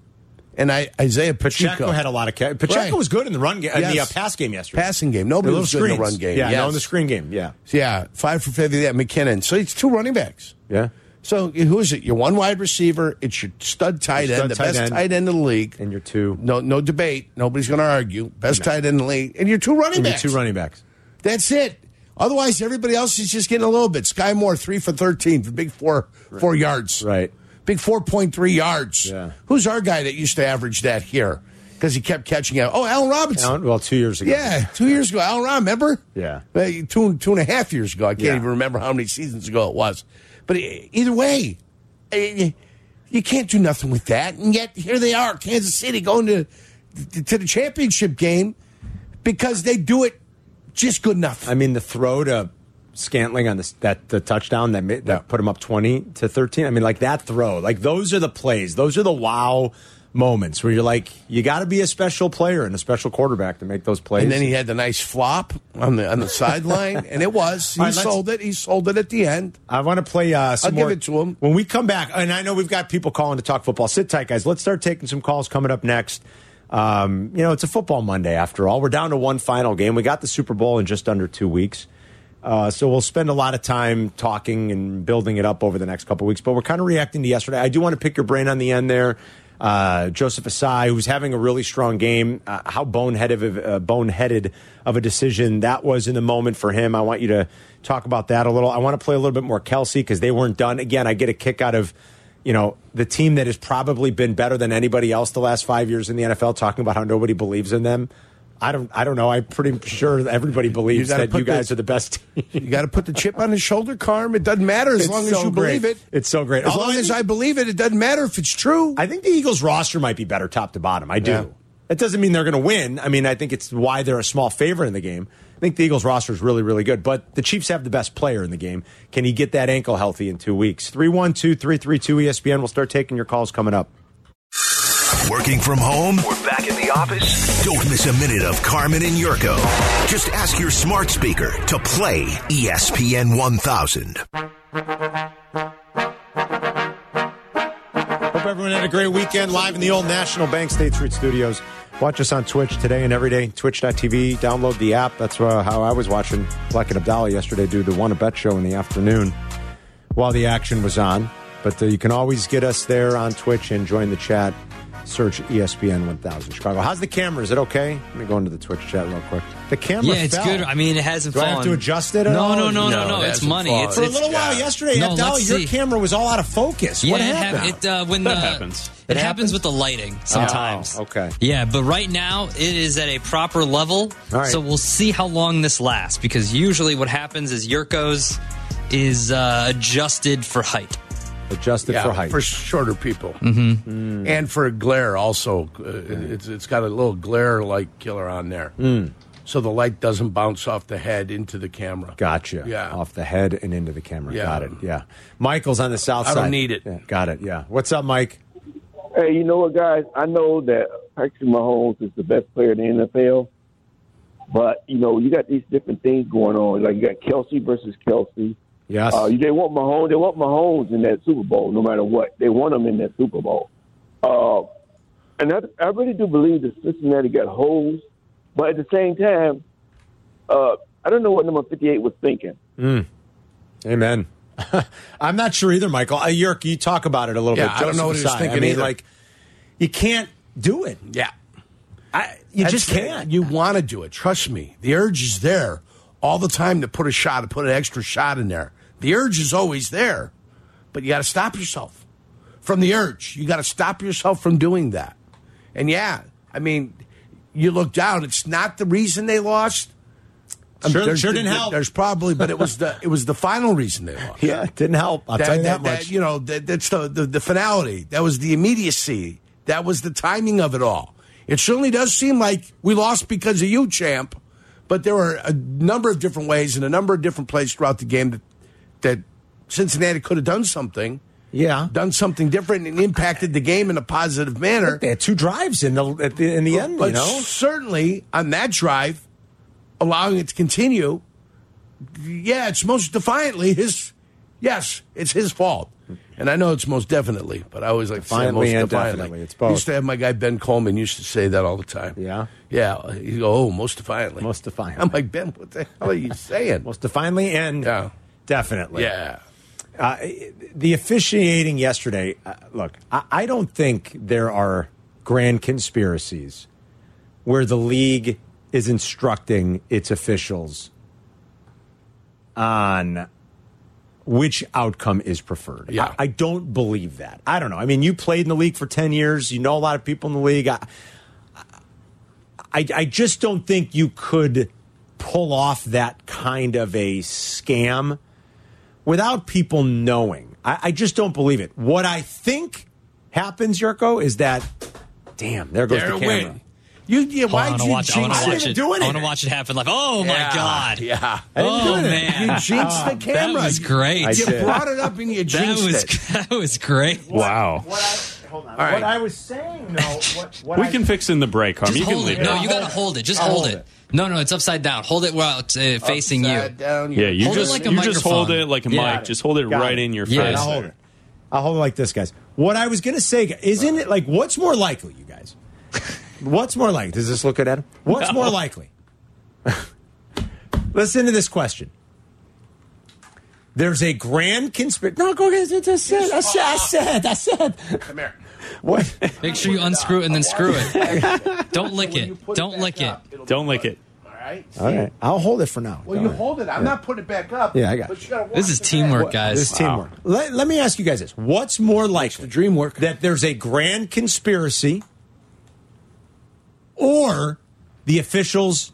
Speaker 2: and I, Isaiah Pacheco.
Speaker 1: Pacheco had a lot of ca- Pacheco
Speaker 2: Right.
Speaker 1: was good in the run game, in the uh,
Speaker 2: Yes.
Speaker 1: pass game yesterday.
Speaker 2: passing game. Nobody
Speaker 1: little
Speaker 2: was good in the
Speaker 1: screens.
Speaker 2: run game.
Speaker 1: Yeah, no,
Speaker 2: Yes.
Speaker 1: in the screen game. Yeah,
Speaker 2: Yeah, five for fifty. Yeah, McKinnon. So it's two running backs.
Speaker 1: yeah.
Speaker 2: So who is it? Your one wide receiver. It's your stud tight
Speaker 1: Your stud
Speaker 2: end, the
Speaker 1: tight
Speaker 2: best
Speaker 1: end.
Speaker 2: tight end of the league.
Speaker 1: And your two,
Speaker 2: no, no debate. Nobody's going to argue. Best tight end in the league, and your two running
Speaker 1: and your
Speaker 2: backs.
Speaker 1: two running backs.
Speaker 2: That's it. Otherwise, everybody else is just getting a little bit. Sky Moore three for thirteen for big four four yards.
Speaker 1: Right.
Speaker 2: Big four point three yards.
Speaker 1: Yeah.
Speaker 2: Who's our guy that used to average that here? because he kept catching out. Oh, Allen Robinson.
Speaker 1: Well, two years ago.
Speaker 2: Yeah, two years ago, Al Ron, remember?
Speaker 1: Yeah.
Speaker 2: Uh, two two and a half years ago. I can't
Speaker 1: Yeah.
Speaker 2: even remember how many seasons ago it was. But e- either way, eh, you can't do nothing with that. And yet here they are, Kansas City going to to the championship game because they do it just good enough.
Speaker 1: I mean, the throw to Scantling on this that the touchdown that ma- that
Speaker 2: Yeah.
Speaker 1: put him up twenty to thirteen. I mean, like that throw, like those are the plays, those are the wow moments where you're like, you got to be a special player and a special quarterback to make those plays.
Speaker 2: and then he had the nice flop on the on the sideline, and it was he
Speaker 1: All right, let's-
Speaker 2: sold it. He sold it at the end.
Speaker 1: I want to play uh, some
Speaker 2: I'll
Speaker 1: more.
Speaker 2: give it to him.
Speaker 1: When we come back, and I know we've got people calling to talk football. Sit tight, guys. Let's start taking some calls coming up next. Um, you know, it's a football Monday after all. We're down to one final game. We got the Super Bowl in just under two weeks. Uh, so we'll spend a lot of time talking and building it up over the next couple weeks. But we're kind of reacting to yesterday. I do want to pick your brain on the end there. Uh, Joseph Asai, who's having a really strong game, uh, how boneheaded of, uh, boneheaded of a decision that was in the moment for him. I want you to talk about that a little. I want to play a little bit more Kelsey because they weren't done. Again, I get a kick out of you know the team that has probably been better than anybody else the last five years in the NFL, talking about how nobody believes in them. I don't. I don't know. I'm pretty sure everybody believes
Speaker 2: gotta
Speaker 1: that you
Speaker 2: put the-
Speaker 1: guys are the best team.
Speaker 2: You got to put the chip on his shoulder, Carm. It doesn't matter as
Speaker 1: It's
Speaker 2: long
Speaker 1: so
Speaker 2: as you
Speaker 1: great.
Speaker 2: believe it.
Speaker 1: It's so great.
Speaker 2: As
Speaker 1: Although
Speaker 2: long
Speaker 1: I
Speaker 2: as
Speaker 1: think-
Speaker 2: I believe it, it doesn't matter if it's true.
Speaker 1: I think the Eagles roster might be better top to bottom. I do.
Speaker 2: Yeah.
Speaker 1: That doesn't mean they're going to win. I mean, I think it's why they're a small favorite in the game. I think the Eagles roster is really, really good, but the Chiefs have the best player in the game. Can he get that ankle healthy in two weeks? 312 332 ESPN. We'll start taking your calls coming up.
Speaker 8: Working from home?
Speaker 10: We're back in the office.
Speaker 8: Don't miss a minute of Carmen and Yurko. Just ask your smart speaker to play E ESPN 1000.
Speaker 1: Hope everyone had a great weekend live in the old National Bank State Street Studios. Watch us on Twitch today and every day, twitch.tv. Download the app. That's uh, how I was watching Black and Abdallah yesterday do the Wanna Bet show in the afternoon while the action was on. But uh, you can always get us there on Twitch and join the chat. Search E ESPN 1000 Chicago. How's the camera? Is it okay? Let me go into the Twitch chat real quick. The camera
Speaker 9: yeah, it's
Speaker 1: fell.
Speaker 9: good. I mean, it hasn't
Speaker 1: Do I
Speaker 9: fallen.
Speaker 1: have to adjust it at
Speaker 9: no,
Speaker 1: all?
Speaker 9: No, no,
Speaker 2: No,
Speaker 9: no, no,
Speaker 2: it
Speaker 9: It's
Speaker 2: hasn't
Speaker 9: money.
Speaker 2: fallen.
Speaker 9: It's,
Speaker 1: For a
Speaker 9: it's-
Speaker 1: little while yesterday,
Speaker 9: No,
Speaker 1: Abdallah,
Speaker 9: let's
Speaker 1: your
Speaker 9: see.
Speaker 1: camera was all out of focus.
Speaker 9: yeah,
Speaker 1: what
Speaker 9: it,
Speaker 1: happened?
Speaker 9: hap- it uh, when
Speaker 11: That
Speaker 9: the-
Speaker 11: happens.
Speaker 9: It,
Speaker 1: It happens?
Speaker 9: happens with the lighting sometimes.
Speaker 1: Oh, okay.
Speaker 9: Yeah, but right now it is at a proper level.
Speaker 1: All right.
Speaker 9: So we'll see how long this lasts because usually what happens is Yurko's is uh, adjusted for height.
Speaker 1: Adjusted for height.
Speaker 2: shorter people,
Speaker 9: Mm-hmm.
Speaker 2: Mm. and for glare also. Uh, it's it's got a little glare light killer on there,
Speaker 9: Mm.
Speaker 2: so the light doesn't bounce off the head into the camera.
Speaker 1: Gotcha.
Speaker 2: Yeah.
Speaker 1: Off the head and into the camera.
Speaker 2: Yeah.
Speaker 1: Got it. Yeah. Michael's on the south
Speaker 2: I
Speaker 1: side.
Speaker 2: don't need it.
Speaker 1: Yeah. Got it. Yeah. What's up, Mike?
Speaker 7: Hey, you know what, guys? I know that Patrick Mahomes is the best player in the NFL, but you know you got these different things going on. Like you got Kelsey versus Kelsey.
Speaker 1: Yes.
Speaker 7: Uh, they want Mahomes. They want Mahomes in that Super Bowl, no matter what. They want him in that Super Bowl. Uh, and I, I really do believe that Cincinnati got holes, but at the same time, uh, I don't know what number fifty-eight was thinking.
Speaker 1: Amen. I'm not sure either, Michael. Uh, Yerk, you talk about it a little
Speaker 2: Yeah,
Speaker 1: bit.
Speaker 2: I don't know what he was
Speaker 1: Joseph Asai.
Speaker 2: thinking
Speaker 1: I mean,
Speaker 2: either.
Speaker 1: like, you can't do it.
Speaker 2: Yeah,
Speaker 1: I, you
Speaker 2: That's
Speaker 1: just
Speaker 2: it.
Speaker 1: can't.
Speaker 2: You want to do it. Trust me, the urge is there all the time to put a shot, to put an extra shot in there. The urge is always there, but you got to stop yourself from the urge. You got to stop yourself from doing that. And yeah, I mean, you look down. It's not the reason they lost. I'm-
Speaker 1: Sure-
Speaker 2: there's-
Speaker 1: sure didn't
Speaker 2: there-
Speaker 1: help.
Speaker 2: There's probably, but it was the it was the final reason they lost.
Speaker 1: yeah, it didn't help. I'll tell you that, much.
Speaker 2: you know, that, that's the, the the finality. That was the immediacy. That was the timing of it all. It certainly does seem like we lost because of you, champ. But there were a number of different ways and a number of different plays throughout the game that, that Cincinnati could have done something,
Speaker 1: yeah.
Speaker 2: done something different, and impacted the game in a positive manner.
Speaker 1: They had two drives in the, at the, in the end,
Speaker 2: But
Speaker 1: you know?
Speaker 2: certainly on that drive, allowing it to continue, yeah, it's most defiantly his. Yes, it's his fault, and I know it's most definitely. But I always like to say
Speaker 1: Defiantly
Speaker 2: most
Speaker 1: and
Speaker 2: defiantly.
Speaker 1: definitely, it's both.
Speaker 2: Used to have my guy Ben Coleman used to say that all the time.
Speaker 1: Yeah?
Speaker 2: yeah. He go, oh, most defiantly,
Speaker 1: Most defiantly.
Speaker 2: I'm like Ben, what the hell are you saying?
Speaker 1: Most definitely and
Speaker 2: Yeah.
Speaker 1: definitely. Uh,
Speaker 2: yeah,
Speaker 1: the officiating yesterday. Uh, look, I, I don't think there are grand conspiracies where the league is instructing its officials on which outcome is preferred.
Speaker 2: Yeah.
Speaker 1: I, I don't believe that. I don't know. I mean, you played in the league for ten years. You know a lot of people in the league. I, I, I just don't think you could pull off that kind of a scam without people knowing. I, I just don't believe it. What I think happens, Yurko, is that damn, there goes
Speaker 2: There
Speaker 1: the
Speaker 2: it
Speaker 1: camera.
Speaker 2: went. You, yeah,
Speaker 9: Oh, I want
Speaker 2: why'd
Speaker 9: to watch. I
Speaker 2: you
Speaker 9: want
Speaker 2: jinx
Speaker 9: to watch
Speaker 1: didn't
Speaker 9: it.
Speaker 1: do
Speaker 9: I want to
Speaker 1: anything.
Speaker 9: watch it happen. Like, oh my
Speaker 2: Yeah,
Speaker 9: god.
Speaker 2: Yeah.
Speaker 1: didn't do
Speaker 9: Oh
Speaker 1: anything.
Speaker 9: man,
Speaker 2: You jinxed the camera.
Speaker 9: was great.
Speaker 2: You
Speaker 1: I did.
Speaker 2: brought it up and
Speaker 9: that
Speaker 2: you jinxed
Speaker 9: was
Speaker 2: it.
Speaker 9: that was great.
Speaker 10: Wow.
Speaker 1: What I, hold on.
Speaker 2: right.
Speaker 1: What I was saying, though, what, what
Speaker 10: We
Speaker 1: I-
Speaker 10: can fix in the break, Harm.
Speaker 9: Just
Speaker 10: You can
Speaker 9: hold it.
Speaker 10: leave
Speaker 9: No,
Speaker 10: it.
Speaker 9: you gotta hold it. Just
Speaker 1: I'll
Speaker 9: hold
Speaker 1: hold
Speaker 9: it.
Speaker 1: it.
Speaker 9: No, no, it's upside down. Hold it while it's uh, facing you.
Speaker 2: Upside down,
Speaker 10: Yeah, you
Speaker 9: Hold it
Speaker 10: just
Speaker 9: like a
Speaker 10: you just hold
Speaker 9: microphone.
Speaker 10: it like a
Speaker 1: Yeah.
Speaker 10: mic. Just hold it
Speaker 1: Got
Speaker 10: right
Speaker 1: it.
Speaker 10: in your
Speaker 9: Yeah,
Speaker 10: face.
Speaker 1: I'll hold it. I'll hold it like this, guys. What I was going to say, isn't it like, what's more likely, you guys? What's more likely? Does this look good, Adam? What's
Speaker 10: No.
Speaker 1: more likely? Listen to this question. There's a grand conspiracy. No, go ahead. I said, I said, I said, I said.
Speaker 2: Come here.
Speaker 1: What?
Speaker 9: Make sure you unscrew it and then screw it. Don't lick it. Don't lick it.
Speaker 10: Don't lick it.
Speaker 2: All right.
Speaker 1: All right. I'll hold it for now.
Speaker 2: Well,
Speaker 1: Don't
Speaker 2: you
Speaker 1: worry.
Speaker 2: hold it. I'm not putting it back up.
Speaker 1: Yeah, I got
Speaker 2: but
Speaker 1: you.
Speaker 2: you gotta
Speaker 9: This
Speaker 2: walk
Speaker 9: is
Speaker 2: the back.
Speaker 9: teamwork,
Speaker 1: This
Speaker 9: guys.
Speaker 1: is teamwork. Let, let me ask you guys this. What's more likely?
Speaker 2: dream work.
Speaker 1: That there's a grand conspiracy or the officials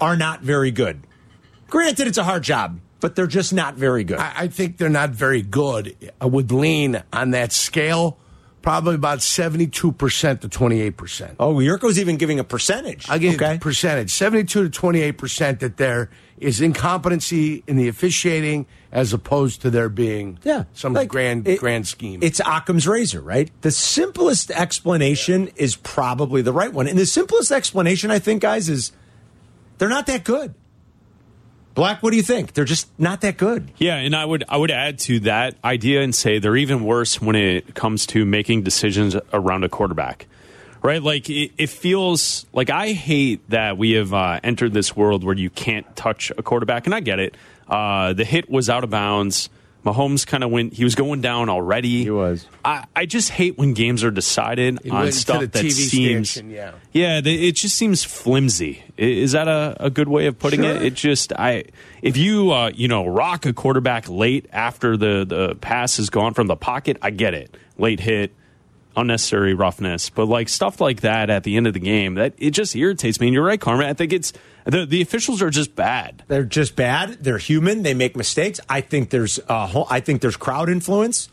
Speaker 1: are not very good. Granted, it's a hard job, but they're just not very good.
Speaker 2: I, I think they're not very good. I would lean on that scale, probably about 72% to 28%.
Speaker 1: oh, Yurko's even giving a percentage.
Speaker 2: I'll give you
Speaker 1: okay.
Speaker 2: the percentage 72 to 28% that there is incompetency in the officiating as opposed to there being
Speaker 1: yeah.
Speaker 2: some
Speaker 1: Like,
Speaker 2: grand
Speaker 1: it-
Speaker 2: grand scheme.
Speaker 1: It's Occam's razor, right? The simplest explanation is probably the right one. And the simplest explanation, I think, guys, is they're not that good. Black, what do you think? They're just not that good.
Speaker 10: Yeah, and I would I would add to that idea and say they're even worse when it comes to making decisions around a quarterback. Right? Like it, it feels like I hate that we have uh, entered this world where you can't touch a quarterback, and I get it. Uh, the hit was out of bounds. Mahomes kind of went. He was going down already. He
Speaker 1: was.
Speaker 10: I, I just hate when games are decided
Speaker 2: It
Speaker 10: on
Speaker 2: went to
Speaker 10: stuff
Speaker 2: the
Speaker 10: that
Speaker 2: TV
Speaker 10: seems.
Speaker 2: station, yeah.
Speaker 10: Yeah, they, it just seems flimsy. I- Is that a, a good way of putting it? It just I if you uh, you know rock a quarterback late after the the pass is gone from the pocket, I get it. Late hit, unnecessary roughness, but like stuff like that at the end of the game, that it just irritates me. And you're right, Carmen. I think it's the the officials are just bad.
Speaker 1: They're just bad. They're human. They make mistakes. I think there's uh, ho- I think there's crowd influence.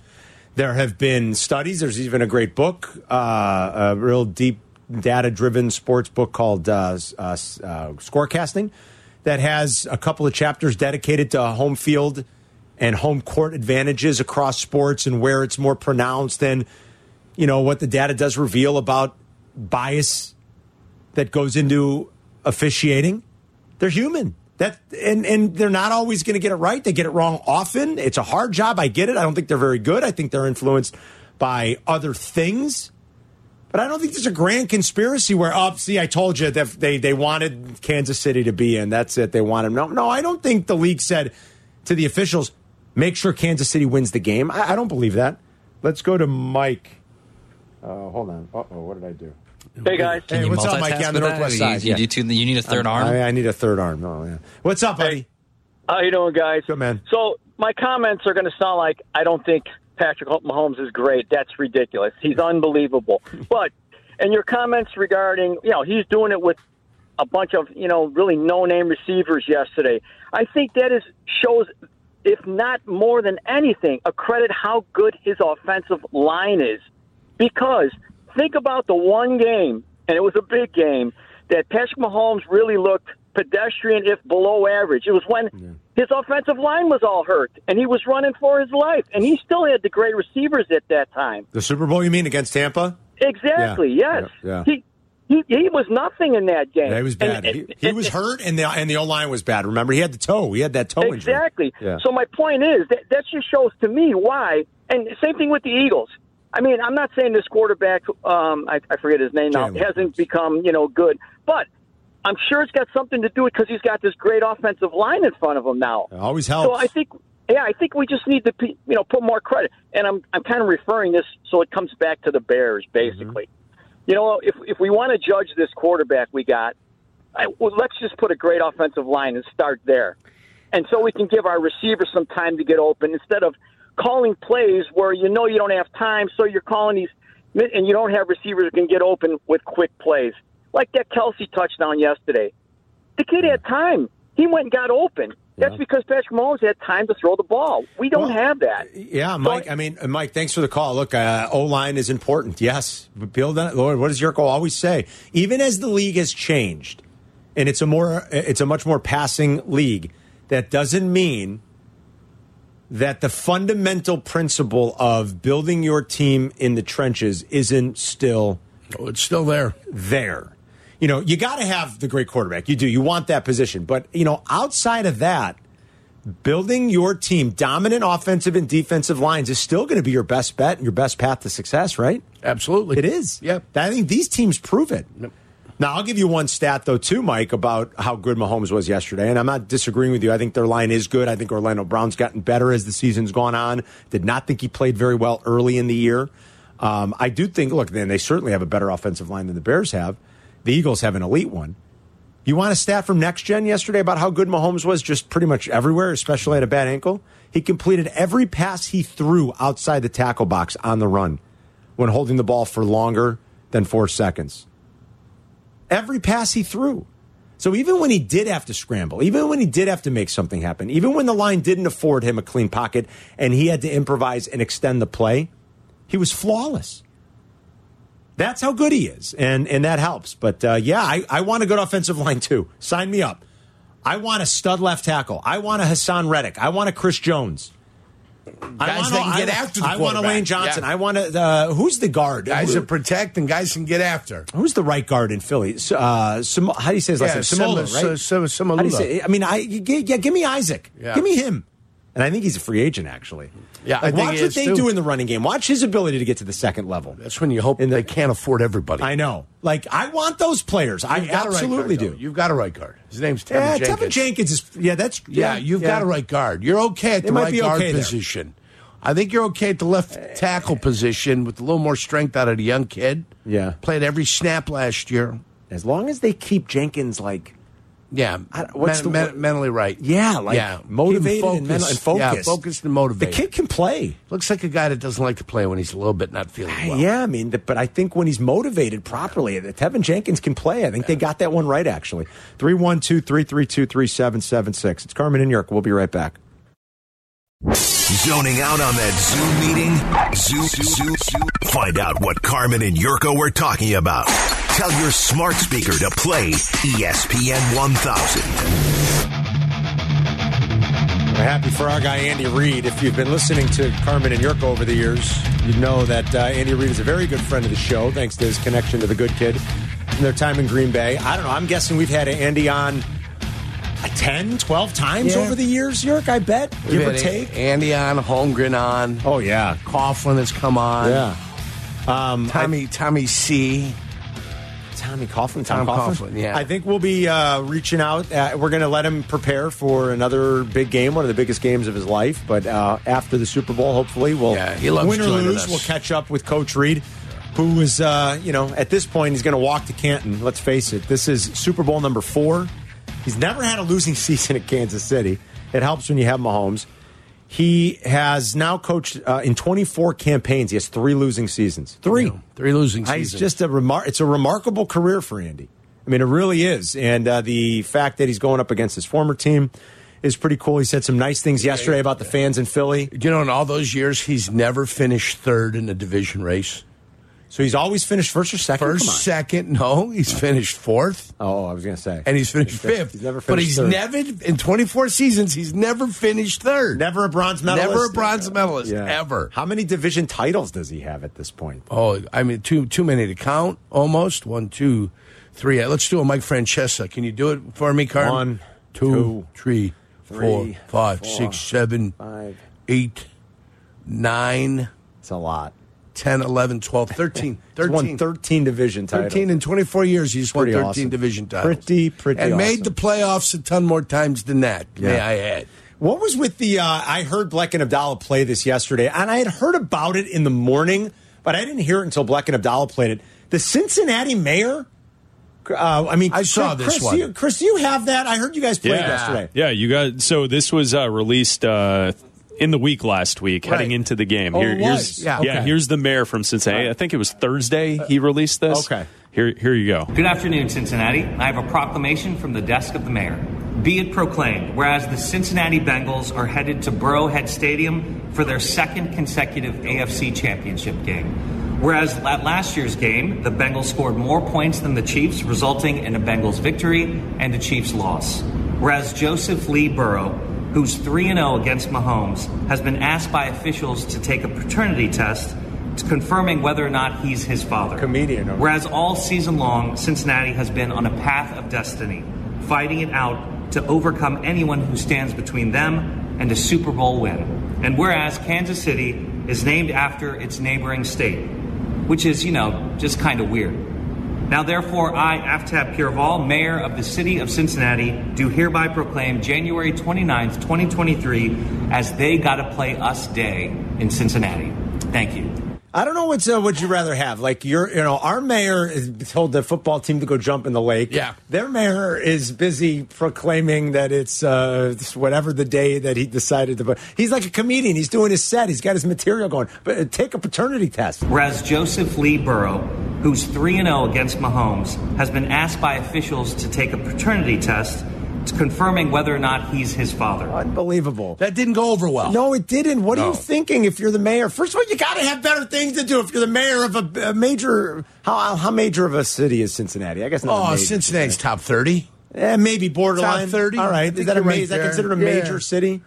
Speaker 1: There have been studies. There's even a great book, uh, a real deep data-driven sports book called uh, s- uh, s- uh, Scorecasting, that has a couple of chapters dedicated to home field and home court advantages across sports and where it's more pronounced and you know what the data does reveal about bias that goes into officiating they're human that and and they're not always going to get it right they get it wrong often it's a hard job i get it i don't think they're very good i think they're influenced by other things but i don't think there's a grand conspiracy where oh see i told you that they they wanted kansas city to be in that's it they wanted no no i don't think the league said to the officials make sure kansas city wins the game i, I don't believe that let's go to mike oh hold on uh-oh what did i do
Speaker 7: Hey guys,
Speaker 1: Hey,
Speaker 9: You
Speaker 1: what's up,
Speaker 9: multitask
Speaker 1: Mikey? On the
Speaker 9: with that?
Speaker 1: northwest
Speaker 9: You-
Speaker 1: side.
Speaker 9: You,
Speaker 1: Yeah.
Speaker 9: do two, you need a third arm.
Speaker 1: I, I need a third arm. Oh, yeah. What's up, buddy?
Speaker 7: how you doing, guys?
Speaker 1: Good, man.
Speaker 7: So my comments are going to sound like I don't think Patrick Mahomes is great. That's ridiculous. He's unbelievable. but and your comments regarding you know he's doing it with a bunch of you know really no name receivers yesterday. I think that is shows. If not more than anything, a credit how good his offensive line is because think about the one game, and it was a big game, that Patrick Mahomes really looked pedestrian, if below average. It was when his offensive line was all hurt, and he was running for his life, and he still had the great receivers at that time.
Speaker 1: The Super Bowl, you mean, against Tampa?
Speaker 7: Exactly.
Speaker 1: Yeah,
Speaker 7: Yes.
Speaker 1: yeah, yeah.
Speaker 7: He, he he was nothing in that game.
Speaker 1: Yeah, he was bad.
Speaker 7: And-
Speaker 1: he, he was hurt, and the and the O line was bad. Remember, he had the toe. He had that toe injury.
Speaker 7: Exactly.
Speaker 1: Yeah.
Speaker 7: So my point is that that just shows to me why. And same thing with the Eagles. I mean, I'm not saying this quarterback, um, I, I forget his name now,
Speaker 1: Jalen
Speaker 7: hasn't
Speaker 1: Hurts.
Speaker 7: become you know good, but I'm sure it's got something to do with because he's got this great offensive line in front of him now.
Speaker 1: It always helps.
Speaker 7: So I think, yeah, I think we just need to, pe- you know, put more credit. And I'm, I'm kind of referring this so it comes back to the
Speaker 1: Mm-hmm.
Speaker 7: Bears, basically. You know, if if we want to judge this quarterback we got, I, well, let's just put a great offensive line and start there, and so we can give our receivers some time to get open instead of calling plays where you know you don't have time, so you're calling these and you don't have receivers who can get open with quick plays.
Speaker 11: Like that Kelsey touchdown yesterday. The kid had time. He went and got open. That's because Patrick Mahomes had time to throw the ball. We don't have that.
Speaker 1: Yeah, Mike. I mean, uh, Mike. Thanks for the call. Look, uh, O line is important. Yes, build on it. Lord, what does Yurko always say? Even as the league has changed, and it's a more, it's a much more passing league. That doesn't mean that the fundamental principle of building your team in the trenches isn't still.
Speaker 2: Oh, it's still there.
Speaker 1: There, you know, you got to have the great quarterback. You do. You want that position, but you know, outside of that building your team dominant offensive and defensive lines is still going to be your best bet and your best path to success right
Speaker 2: absolutely
Speaker 1: it is
Speaker 2: yep
Speaker 1: i think these teams prove it now i'll give you one stat though too mike about how good mahomes was yesterday and i'm not disagreeing with you i think their line is good i think orlando brown's gotten better as the season's gone on did not think he played very well early in the year um, i do think look then they certainly have a better offensive line than the bears have the eagles have an elite one you want a stat from Next Gen yesterday about how good Mahomes was just pretty much everywhere, especially at a bad ankle? He completed every pass he threw outside the tackle box on the run when holding the ball for longer than four seconds. Every pass he threw. So even when he did have to scramble, even when he did have to make something happen, even when the line didn't afford him a clean pocket and he had to improvise and extend the play, he was flawless. That's how good he is, and and that helps. But uh, yeah, I, I want a good offensive line too. Sign me up. I want a stud left tackle. I want a Hassan Reddick. I want a Chris Jones. I
Speaker 2: Guys
Speaker 1: want
Speaker 2: that
Speaker 1: a-
Speaker 2: can get
Speaker 1: I,
Speaker 2: after the
Speaker 1: I want a
Speaker 2: quarterback.
Speaker 1: Lane Johnson.
Speaker 2: Yeah.
Speaker 1: I want a uh, who's the guard?
Speaker 2: Guys
Speaker 1: Who-
Speaker 2: that protect and guys can get after.
Speaker 1: Who's the right guard in Philly? S- Uh, Sim- how do you say his last
Speaker 2: Yeah,
Speaker 1: name? Simolo,
Speaker 2: Sim-
Speaker 1: right?
Speaker 2: Sim- Simolula.
Speaker 1: How do you say- I mean, I you gi- yeah, give me Isaac.
Speaker 2: Yeah.
Speaker 1: Give me him. And I think he's a free agent, actually.
Speaker 2: Yeah, I
Speaker 1: like,
Speaker 2: think
Speaker 1: watch
Speaker 2: he
Speaker 1: what
Speaker 2: is,
Speaker 1: they
Speaker 2: too.
Speaker 1: do in the running game. Watch his ability to get to the second level.
Speaker 2: That's when you hope they can't afford everybody.
Speaker 1: I know. Like I want those players. I
Speaker 2: You've got a right
Speaker 1: absolutely do.
Speaker 2: guard, though. You've got a right guard. His name's Tevin
Speaker 1: Yeah,
Speaker 2: Jenkins.
Speaker 1: Tevin Jenkins is. Yeah, that's.
Speaker 2: Yeah, you've got a right guard. You're okay at
Speaker 1: They
Speaker 2: the
Speaker 1: might
Speaker 2: right
Speaker 1: be
Speaker 2: guard
Speaker 1: okay Eh. there.
Speaker 2: position. I think you're okay at the left tackle position with a little more strength out of the young kid.
Speaker 1: Yeah.
Speaker 2: Played every snap last year.
Speaker 1: As long as they keep Jenkins like.
Speaker 2: Yeah.
Speaker 1: I- what's
Speaker 2: men-
Speaker 1: the
Speaker 2: men- mentally right?
Speaker 1: Yeah, like motivated
Speaker 2: Keep
Speaker 1: and, mental, and
Speaker 2: Yeah,
Speaker 1: focused.
Speaker 2: focused and
Speaker 1: The
Speaker 2: motivated.
Speaker 1: kid can play.
Speaker 2: Looks like a guy that doesn't like to play when he's a little bit not feeling well.
Speaker 1: Ah, Yeah, I mean, th- but I think when he's motivated properly, that Tevin Jenkins can play. I think they got that one right actually. Three one two three three two three seven seven six. It's Carmen and York. We'll be right back.
Speaker 8: Zoning out on that Zoom meeting? Zoom, Zoom, Zoom. Find out what Carmen and Yurko were talking about. Tell your smart speaker to play E ESPN 1000.
Speaker 1: We're happy for our guy Andy Reid. If you've been listening to Carmen and Yurko over the years, you know that uh, Andy Reid is a very good friend of the show, thanks to his connection to the Good Kid and their time in Green Bay. I don't know. I'm guessing we've had Andy on uh, 10, 12 times
Speaker 2: Yeah.
Speaker 1: over the years, Yurk. I bet,
Speaker 2: We've
Speaker 1: give or
Speaker 2: had
Speaker 1: take.
Speaker 2: Andy on, Holmgren on,
Speaker 1: Oh yeah,
Speaker 2: Coughlin has come on.
Speaker 1: yeah. Um,
Speaker 2: Tommy Tommy C.
Speaker 1: Tommy Coughlin. Tom,
Speaker 2: Tom Coughlin, yeah.
Speaker 1: I think we'll be uh, reaching out. Uh, we're going to let him prepare for another big game, one of the biggest games of his life. But uh, after the Super Bowl, hopefully, we'll
Speaker 2: Yeah, he loves
Speaker 1: win or
Speaker 2: joining
Speaker 1: lose.
Speaker 2: us.
Speaker 1: We'll catch up with Coach Reed, who is, uh, you know, at this point, he's going to walk to Canton. Let's face it, this is Super Bowl number four. He's never had a losing season at Kansas City. It helps when you have Mahomes. He has now coached uh, in 24 campaigns. He has three losing seasons. Three.
Speaker 2: Three losing
Speaker 1: Uh, He's
Speaker 2: seasons.
Speaker 1: just a remar- It's a remarkable career for Andy. I mean, it really is. And uh, the fact that he's going up against his former team is pretty cool. He said some nice things yesterday about the fans in Philly.
Speaker 2: You know, in all those years, he's never finished third in a division race.
Speaker 1: So he's always finished first or second.
Speaker 2: First,
Speaker 1: Oh, Come on.
Speaker 2: second, no, he's finished fourth,
Speaker 1: Oh, I was going to say,
Speaker 2: and he's finished fifth.
Speaker 1: He's never
Speaker 2: but
Speaker 1: finished
Speaker 2: he's
Speaker 1: third.
Speaker 2: never in 24 seasons. He's never finished third.
Speaker 1: never a bronze medalist.
Speaker 2: Never a bronze medalist, ever.
Speaker 1: How many division titles does he have at this point?
Speaker 2: Oh, I mean, too too many to count. Almost one, two, three. Let's do a Mike Francesa. Can you do it for me, Carmen?
Speaker 1: One,
Speaker 2: two,
Speaker 1: two,
Speaker 2: three, four,
Speaker 1: three,
Speaker 2: five,
Speaker 1: four,
Speaker 2: six, seven,
Speaker 1: five.
Speaker 2: eight, nine,
Speaker 1: It's a lot.
Speaker 2: 10, 11, 12, 13.
Speaker 1: He's
Speaker 2: 13.
Speaker 1: won 13 division titles.
Speaker 2: 13 in 24 years, he's won
Speaker 1: Pretty
Speaker 2: 13
Speaker 1: awesome.
Speaker 2: division titles.
Speaker 1: Pretty, pretty
Speaker 2: And made
Speaker 1: awesome.
Speaker 2: the playoffs a ton more times than that, may
Speaker 1: Yeah.
Speaker 2: I add.
Speaker 1: What was with the? Uh, I heard Bleck and Abdallah play this yesterday, and I had heard about it in the morning, but I didn't hear it until Bleck and Abdallah played it. The Cincinnati mayor. Uh, I mean,
Speaker 2: I saw
Speaker 1: Chris,
Speaker 2: this one.
Speaker 1: You, Chris, you have that. I heard you guys played
Speaker 10: Yeah.
Speaker 1: yesterday.
Speaker 10: Yeah, you got so this was uh, released uh, in the week last week, heading
Speaker 1: Right.
Speaker 10: into the game.
Speaker 1: Oh, it was.
Speaker 10: here's
Speaker 1: Yeah,
Speaker 10: yeah,
Speaker 1: okay.
Speaker 10: here's the mayor from Cincinnati. I think it was Thursday he released this.
Speaker 1: Okay.
Speaker 12: Here, here you go.
Speaker 7: Good afternoon, Cincinnati. I have a proclamation from the desk of the mayor. Be it proclaimed, whereas the Cincinnati Bengals are headed to Burrowhead Stadium for their second consecutive AFC Championship game. Whereas at last year's game, the Bengals scored more points than the Chiefs, resulting in a Bengals victory and a Chiefs loss. Whereas Joseph Lee Burrow, who's 3 0 against Mahomes, has been asked by officials to take a paternity test confirming whether or not he's his father.
Speaker 1: Comedian.
Speaker 7: Whereas all season long, Cincinnati has been on a path of destiny, fighting it out to overcome anyone who stands between them and a Super Bowl win. And whereas Kansas City is named after its neighboring state, which is, you know, just kind of weird. Now, therefore, I, Aftab Kirval, Mayor of the City of Cincinnati, do hereby proclaim January 29th, 2023, as They Gotta Play Us Day in Cincinnati. Thank you.
Speaker 1: I don't know what's uh, would you rather have. Like your, you know, our mayor is told the football team to go jump in the lake.
Speaker 2: Yeah.
Speaker 1: their mayor is busy proclaiming that it's, uh, it's whatever the day that he decided to. But he's like a comedian. He's doing his set. He's got his material going. But uh, take a paternity test.
Speaker 7: Whereas Joseph Lee Burrow, who's 3 0 against Mahomes, has been asked by officials to take a paternity test confirming whether or not he's his father.
Speaker 1: Oh, Unbelievable.
Speaker 2: That didn't go over well.
Speaker 1: No, it didn't. What are
Speaker 2: No.
Speaker 1: you thinking if you're the mayor? First of all, you got to have better things to do if you're the mayor of a, a major. How how major of a city is Cincinnati? I guess not. a
Speaker 2: Oh,
Speaker 1: major
Speaker 2: Cincinnati's
Speaker 1: city.
Speaker 2: top 30.
Speaker 1: Eh, maybe borderline.
Speaker 2: Top 30?
Speaker 1: All
Speaker 2: I
Speaker 1: right. Is
Speaker 2: think
Speaker 1: that a
Speaker 2: you're
Speaker 1: ma-
Speaker 2: right
Speaker 1: is that
Speaker 2: there.
Speaker 1: considered a
Speaker 2: Yeah.
Speaker 1: major city?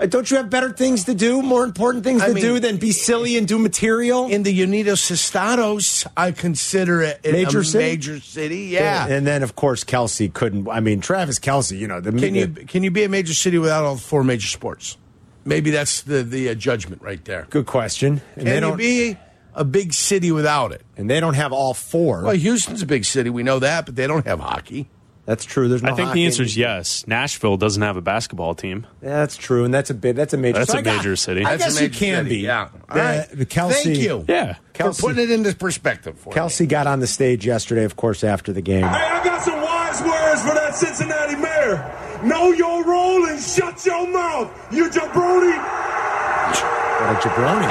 Speaker 1: Uh, don't you have better things to do, more important things
Speaker 2: I
Speaker 1: to
Speaker 2: mean-
Speaker 1: do than be silly and do material?
Speaker 2: In the Unidos Estados, I consider it it
Speaker 1: Major
Speaker 2: a
Speaker 1: city?
Speaker 2: major city. Yeah.
Speaker 1: And then, of course, Kelsey couldn't. I mean, Travis Kelsey, you know, the
Speaker 2: can you can you be a major city without all four major sports? Maybe that's the the uh, judgment right there.
Speaker 1: Good question. And
Speaker 2: Can
Speaker 1: they
Speaker 2: you
Speaker 1: don't
Speaker 2: be a big city without it?
Speaker 1: and they don't have all four.
Speaker 2: Well, Houston's a big city, we know that, but they don't have hockey.
Speaker 1: That's true. There's no
Speaker 12: I think
Speaker 1: hockey.
Speaker 12: the answer is yes. Nashville doesn't have a basketball team.
Speaker 1: Yeah, that's true, and that's a bit. That's a major.
Speaker 12: That's
Speaker 1: so
Speaker 12: a
Speaker 1: I got-
Speaker 12: major city.
Speaker 1: I
Speaker 12: That's
Speaker 1: guess
Speaker 2: a
Speaker 1: you
Speaker 2: major
Speaker 1: can
Speaker 2: city,
Speaker 1: be.
Speaker 2: yeah.
Speaker 1: Uh,
Speaker 2: All right.
Speaker 1: the Kelsey.
Speaker 2: Thank you.
Speaker 12: Yeah.
Speaker 1: Kelsey-
Speaker 2: For putting it into perspective for
Speaker 1: Kelsey got on the stage yesterday, of course, after the game.
Speaker 10: Hey, I got some wise words for that Cincinnati mayor. Know your role and shut your mouth, you jabroni.
Speaker 1: What a jabroni!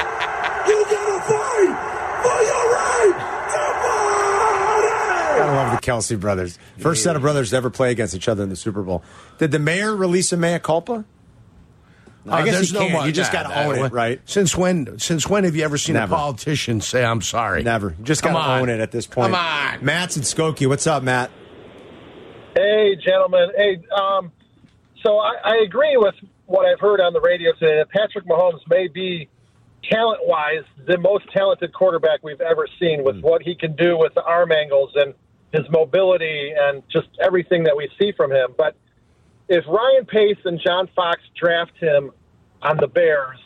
Speaker 10: You gotta fight for your right to party.
Speaker 1: I love the Kelsey brothers. First set of brothers to ever play against each other in the Super Bowl. Did the mayor release a mea culpa?
Speaker 2: me.
Speaker 1: I
Speaker 2: Uh,
Speaker 1: guess
Speaker 2: there's
Speaker 1: you
Speaker 2: no
Speaker 1: can't.
Speaker 2: one-
Speaker 1: You just
Speaker 2: nah,
Speaker 1: got to
Speaker 2: that-
Speaker 1: own it, right?
Speaker 2: Since when? Since when have you ever seen
Speaker 1: Never.
Speaker 2: a politician say "I'm sorry"?
Speaker 1: Never. You Just got
Speaker 2: Come
Speaker 1: to
Speaker 2: on.
Speaker 1: own it at this point.
Speaker 2: Come on.
Speaker 1: Matt's in Skokie. What's up, Matt?
Speaker 13: Hey, gentlemen. Hey, um, so I, I agree with what I've heard on the radio today that Patrick Mahomes may be talent wise the most talented quarterback we've ever seen with what he can do with the arm angles and his mobility and just everything that we see from him. But if Ryan Pace and John Fox draft him on the Bears,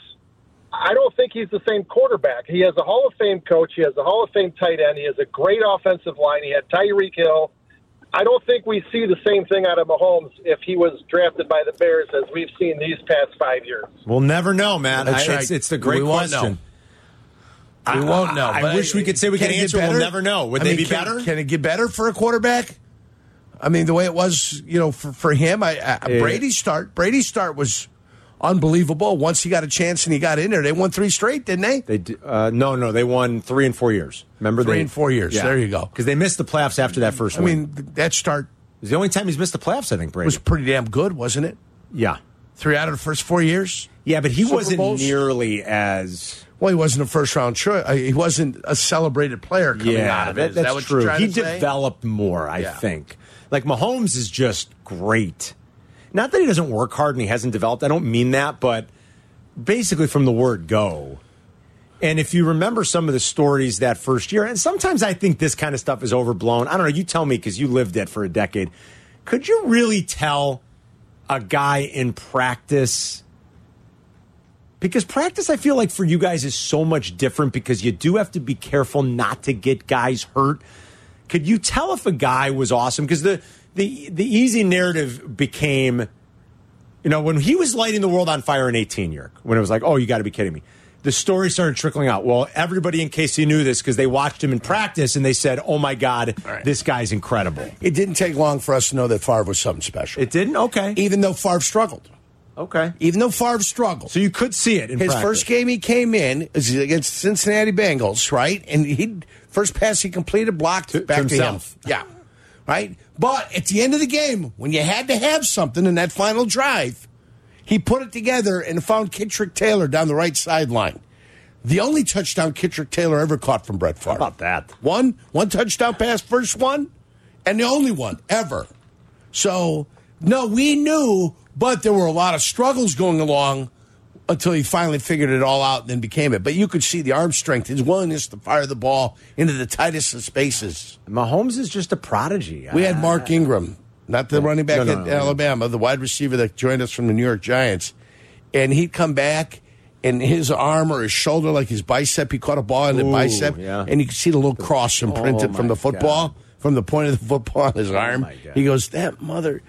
Speaker 13: I don't think he's the same quarterback. He has a Hall of Fame coach. He has a Hall of Fame tight end. He has a great offensive line. He had Tyreek Hill. I don't think we see the same thing out of Mahomes if he was drafted by the Bears as we've seen these past five years.
Speaker 1: We'll never know, Matt.
Speaker 2: That's
Speaker 1: I-
Speaker 2: right.
Speaker 1: it's, it's the great
Speaker 2: We won't know.
Speaker 1: question.
Speaker 2: We
Speaker 1: I-
Speaker 2: won't know.
Speaker 1: I- I
Speaker 2: but
Speaker 1: wish we could say we
Speaker 2: can
Speaker 1: could
Speaker 2: it get
Speaker 1: answer. We'll
Speaker 2: better?
Speaker 1: never know. Would
Speaker 2: I
Speaker 1: they
Speaker 2: mean,
Speaker 1: be
Speaker 2: can-
Speaker 1: better?
Speaker 2: Can it get better for a quarterback? I mean, the way it was, you know, for, for him, I, I
Speaker 1: Yeah.
Speaker 2: Brady's start. Brady's start was unbelievable. Once he got a chance and he got in there, they won three straight, didn't they?
Speaker 1: They d- uh, no, no, they won three and four years. Remember
Speaker 2: Three
Speaker 1: they,
Speaker 2: and four years. There you go.
Speaker 1: Because they missed the playoffs after that first.
Speaker 2: I
Speaker 1: win.
Speaker 2: mean, th- that start
Speaker 1: It was the only time he's missed the playoffs. I think Brady.
Speaker 2: was pretty damn good, wasn't it?
Speaker 1: yeah,
Speaker 2: Three out of the first four years.
Speaker 1: yeah, but he
Speaker 2: Super
Speaker 1: wasn't
Speaker 2: Bowls?
Speaker 1: nearly as.
Speaker 2: Well, he wasn't a first round choice. Uh, He wasn't a celebrated player coming
Speaker 1: yeah,
Speaker 2: out of it.
Speaker 1: that-
Speaker 2: Is
Speaker 1: that's
Speaker 2: that what
Speaker 1: true.
Speaker 2: You're trying
Speaker 1: he
Speaker 2: to say?
Speaker 1: developed more, I
Speaker 2: Yeah.
Speaker 1: think. Like Mahomes is just great. Not that he doesn't work hard and he hasn't developed. I don't mean that, but basically from the word go. And if you remember some of the stories that first year, and sometimes I think this kind of stuff is overblown. I don't know. You tell me because you lived it for a decade. Could you really tell a guy in practice? Because practice, I feel like for you guys is so much different because you do have to be careful not to get guys hurt. Could you tell if a guy was awesome? Because the, the the easy narrative became you know, when he was lighting the world on fire in 18 year, when it was like, oh, you got to be kidding me. The story started trickling out. Well, everybody in KC knew this because they watched him in practice and they said, oh my God, this guy's incredible.
Speaker 2: It didn't take long for us to know that Favre was something special.
Speaker 1: It didn't? Okay.
Speaker 2: even though Favre struggled.
Speaker 1: Okay.
Speaker 2: Even though Favre struggled.
Speaker 1: So you could see it in
Speaker 2: his
Speaker 1: practice.
Speaker 2: first game he came in is against the Cincinnati Bengals, right? And he First pass he completed, blocked, back to,
Speaker 1: himself.
Speaker 2: him. Yeah. Right? But at the end of the game, when you had to have something in that final drive, he put it together and found Kittrick Taylor down the right sideline. The only touchdown Kittrick Taylor ever caught from Brett Favre. How about
Speaker 1: that?
Speaker 2: One, one touchdown pass, first one, and the only one ever. So, no, we knew, but there were a lot of struggles going along until he finally figured it all out and then became it. But you could see the arm strength, his willingness to fire the ball into the tightest of spaces.
Speaker 1: Mahomes is just a prodigy.
Speaker 2: We had Mark Ingram, not the running back
Speaker 1: No, no,
Speaker 2: at
Speaker 1: no, no.
Speaker 2: Alabama, the wide receiver that joined us from the New York Giants, and he'd come back. And his arm or his shoulder, like his bicep, he caught a ball in the
Speaker 1: Ooh,
Speaker 2: bicep,
Speaker 1: yeah.
Speaker 2: and you could see the little cross imprinted
Speaker 1: Oh,
Speaker 2: from the
Speaker 1: my Oh
Speaker 2: football, from the point of the football on his arm.
Speaker 1: my God.
Speaker 2: He goes, "That mother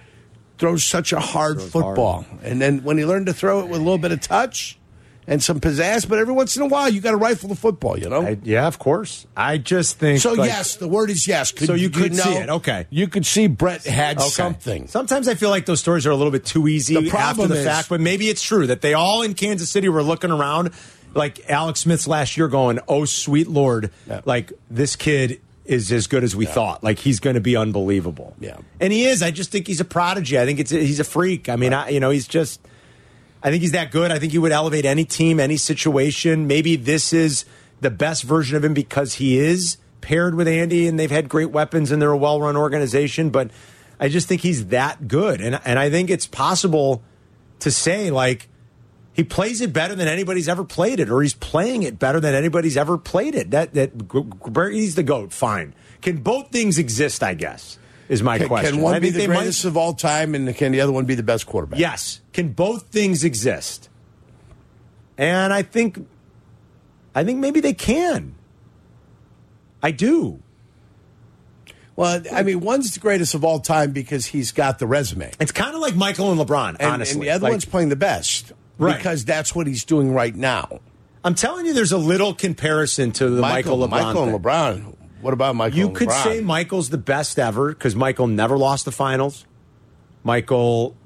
Speaker 2: throws such a hard football," and then when he learned to throw it with a little bit of touch and some pizzazz, but every once in a while you got to rifle the football, you know.
Speaker 1: I, yeah, of course. I just think
Speaker 2: So
Speaker 1: like-
Speaker 2: yes, the word is yes.
Speaker 1: so you could
Speaker 2: know-
Speaker 1: see it. Okay,
Speaker 2: you could see Brett had
Speaker 1: Okay.
Speaker 2: something.
Speaker 1: Sometimes I feel like those stories are a little bit too easy
Speaker 2: The problem
Speaker 1: after the
Speaker 2: is-
Speaker 1: fact, but maybe it's true that they all in Kansas City were looking around like Alex Smith's last year going, oh, sweet Lord, like this kid is as good as we thought. Like he's going to be unbelievable.
Speaker 2: Yeah.
Speaker 1: And he is. I just think he's a prodigy. I think it's he's a freak. I mean, I, you know, he's just. I think he's that good. I think he would elevate any team, any situation. Maybe this is the best version of him because he is paired with Andy, and they've had great weapons and they're a well-run organization. But I just think he's that good, and and I think it's possible to say like he plays it better than anybody's ever played it, or he's playing it better than anybody's ever played it. That that Gr- Gr- he's the goat. Fine, can both things exist? I guess is my
Speaker 2: Can,
Speaker 1: question.
Speaker 2: can one
Speaker 1: I
Speaker 2: be
Speaker 1: think
Speaker 2: the
Speaker 1: they might-
Speaker 2: greatest of all time, and can the other one be the best quarterback?
Speaker 1: Yes. Can both things exist? And I think I think maybe they can. I do.
Speaker 2: Well, I mean, one's the greatest of all time because he's got the resume,
Speaker 1: It's kind of like Michael and LeBron,
Speaker 2: and,
Speaker 1: honestly.
Speaker 2: and the other
Speaker 1: Like,
Speaker 2: one's playing the best,
Speaker 1: Right.
Speaker 2: Because that's what he's doing right now.
Speaker 1: I'm telling you there's a little comparison to the Michael, LeBron.
Speaker 2: Michael
Speaker 1: thing.
Speaker 2: and LeBron. What about Michael?
Speaker 1: You
Speaker 2: and
Speaker 1: could
Speaker 2: LeBron?
Speaker 1: say Michael's the best ever because Michael never lost the finals. Michael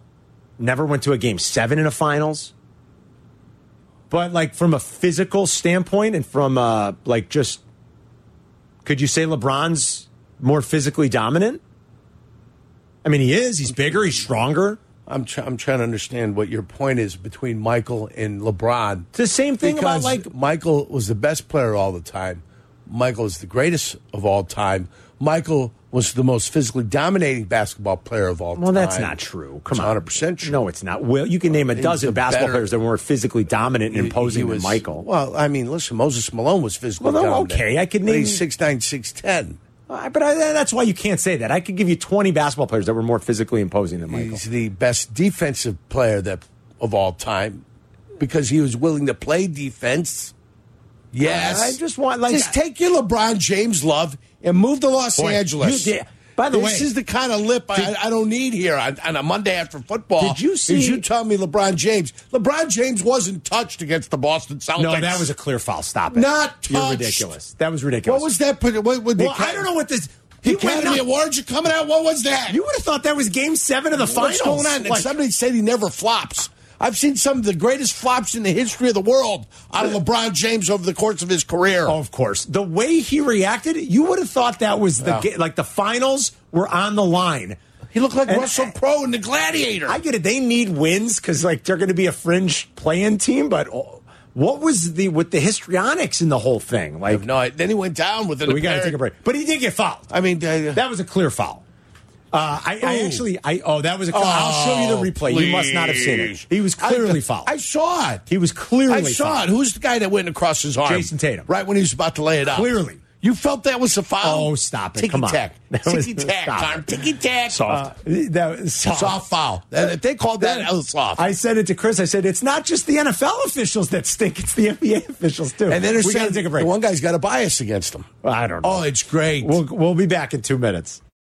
Speaker 1: never went to a game seven in a finals. But like from a physical standpoint and from uh like just could you say LeBron's more physically dominant? I mean he is, he's bigger, he's stronger.
Speaker 2: I'm try- I'm trying to understand what your point is between Michael and LeBron.
Speaker 1: It's the same thing about
Speaker 2: Because
Speaker 1: like
Speaker 2: Michael was the best player all the time. Michael is the greatest of all time. Michael was the most physically dominating basketball player of all time.
Speaker 1: Well, that's not true. Come on.
Speaker 2: hundred percent true.
Speaker 1: No, it's not. Well, you can name a
Speaker 2: He's
Speaker 1: dozen
Speaker 2: the
Speaker 1: basketball
Speaker 2: better-
Speaker 1: players that were more physically dominant and
Speaker 2: He-
Speaker 1: imposing
Speaker 2: he
Speaker 1: than
Speaker 2: was-
Speaker 1: Michael.
Speaker 2: Well, I mean, listen, Moses Malone was physically
Speaker 1: Well, no,
Speaker 2: dominant.
Speaker 1: okay, I could
Speaker 2: But
Speaker 1: name-
Speaker 2: he's six nine, six ten.
Speaker 1: Uh, But I, that's why you can't say that. I could give you 20 basketball players that were more physically imposing than Michael.
Speaker 2: He's the best defensive player that of all time because he was willing to play defense. Yes,
Speaker 1: I just want, like-
Speaker 2: just take your LeBron James love and move to Los
Speaker 1: Boy,
Speaker 2: Angeles.
Speaker 1: you did- by the
Speaker 2: this
Speaker 1: way-
Speaker 2: is the kind of lip
Speaker 1: Did-
Speaker 2: I, I don't need here on, on a Monday after football.
Speaker 1: Did you
Speaker 2: is
Speaker 1: see-
Speaker 2: you tell me LeBron James? LeBron James wasn't touched against the Boston Celtics.
Speaker 1: No, that was a clear foul. Stop it.
Speaker 2: Not
Speaker 1: You're
Speaker 2: touched.
Speaker 1: ridiculous. That was ridiculous.
Speaker 2: What was that? What, what, what,
Speaker 1: Well, I don't know what this. He
Speaker 2: The
Speaker 1: went
Speaker 2: Academy
Speaker 1: up-
Speaker 2: Awards are coming out. What was that?
Speaker 1: You would have thought that was game seven of the finals.
Speaker 2: What's going on? And
Speaker 1: Like,
Speaker 2: somebody said he never flops. I've seen some of the greatest flops in the history of the world out of
Speaker 1: Uh,
Speaker 2: LeBron James over the course of his career.
Speaker 1: oh, of course. The way he reacted, you would have thought that was the
Speaker 2: Yeah.
Speaker 1: ga- like the finals were on the line.
Speaker 2: Oh. he looked like
Speaker 1: And-
Speaker 2: Russell Crowe in The Gladiator.
Speaker 1: I get it. They need wins because like they're going to be a fringe playing team. But oh, what was the with the histrionics in the whole thing? Like
Speaker 2: no, I- then he went down with an.
Speaker 1: we got to
Speaker 2: apparent-
Speaker 1: take a break. But he did get fouled.
Speaker 2: I mean, uh,
Speaker 1: That was a clear foul. Uh, I, I
Speaker 2: Ooh. Oh,
Speaker 1: actually, I oh, that was a. I'll show you the replay. You must not have seen it.
Speaker 2: please.
Speaker 1: He was clearly
Speaker 2: I,
Speaker 1: fouled.
Speaker 2: I saw it.
Speaker 1: he was clearly.
Speaker 2: I saw
Speaker 1: fouled.
Speaker 2: it. Who's the guy that went across his arm?
Speaker 1: Jason Tatum.
Speaker 2: Right when he was about to lay it up.
Speaker 1: Clearly.
Speaker 2: You felt that was a foul?
Speaker 1: Oh, stop it.
Speaker 2: Ticky
Speaker 1: Come on.
Speaker 2: tack.
Speaker 1: That was-
Speaker 2: Ticky tack,
Speaker 1: stop it.
Speaker 2: Tom. Ticky tack.
Speaker 10: Soft.
Speaker 1: That was soft.
Speaker 2: Uh, Soft foul. That- if they called that, that was soft.
Speaker 1: I said it to Chris. I said it's not just the NFL officials that stink; it's the NBA officials too.
Speaker 2: and then they're
Speaker 1: we got
Speaker 2: saying
Speaker 1: to take a break.
Speaker 2: the one guy's got a bias against him.
Speaker 1: I don't know.
Speaker 2: Oh, it's great.
Speaker 1: We'll, we'll be back in two minutes.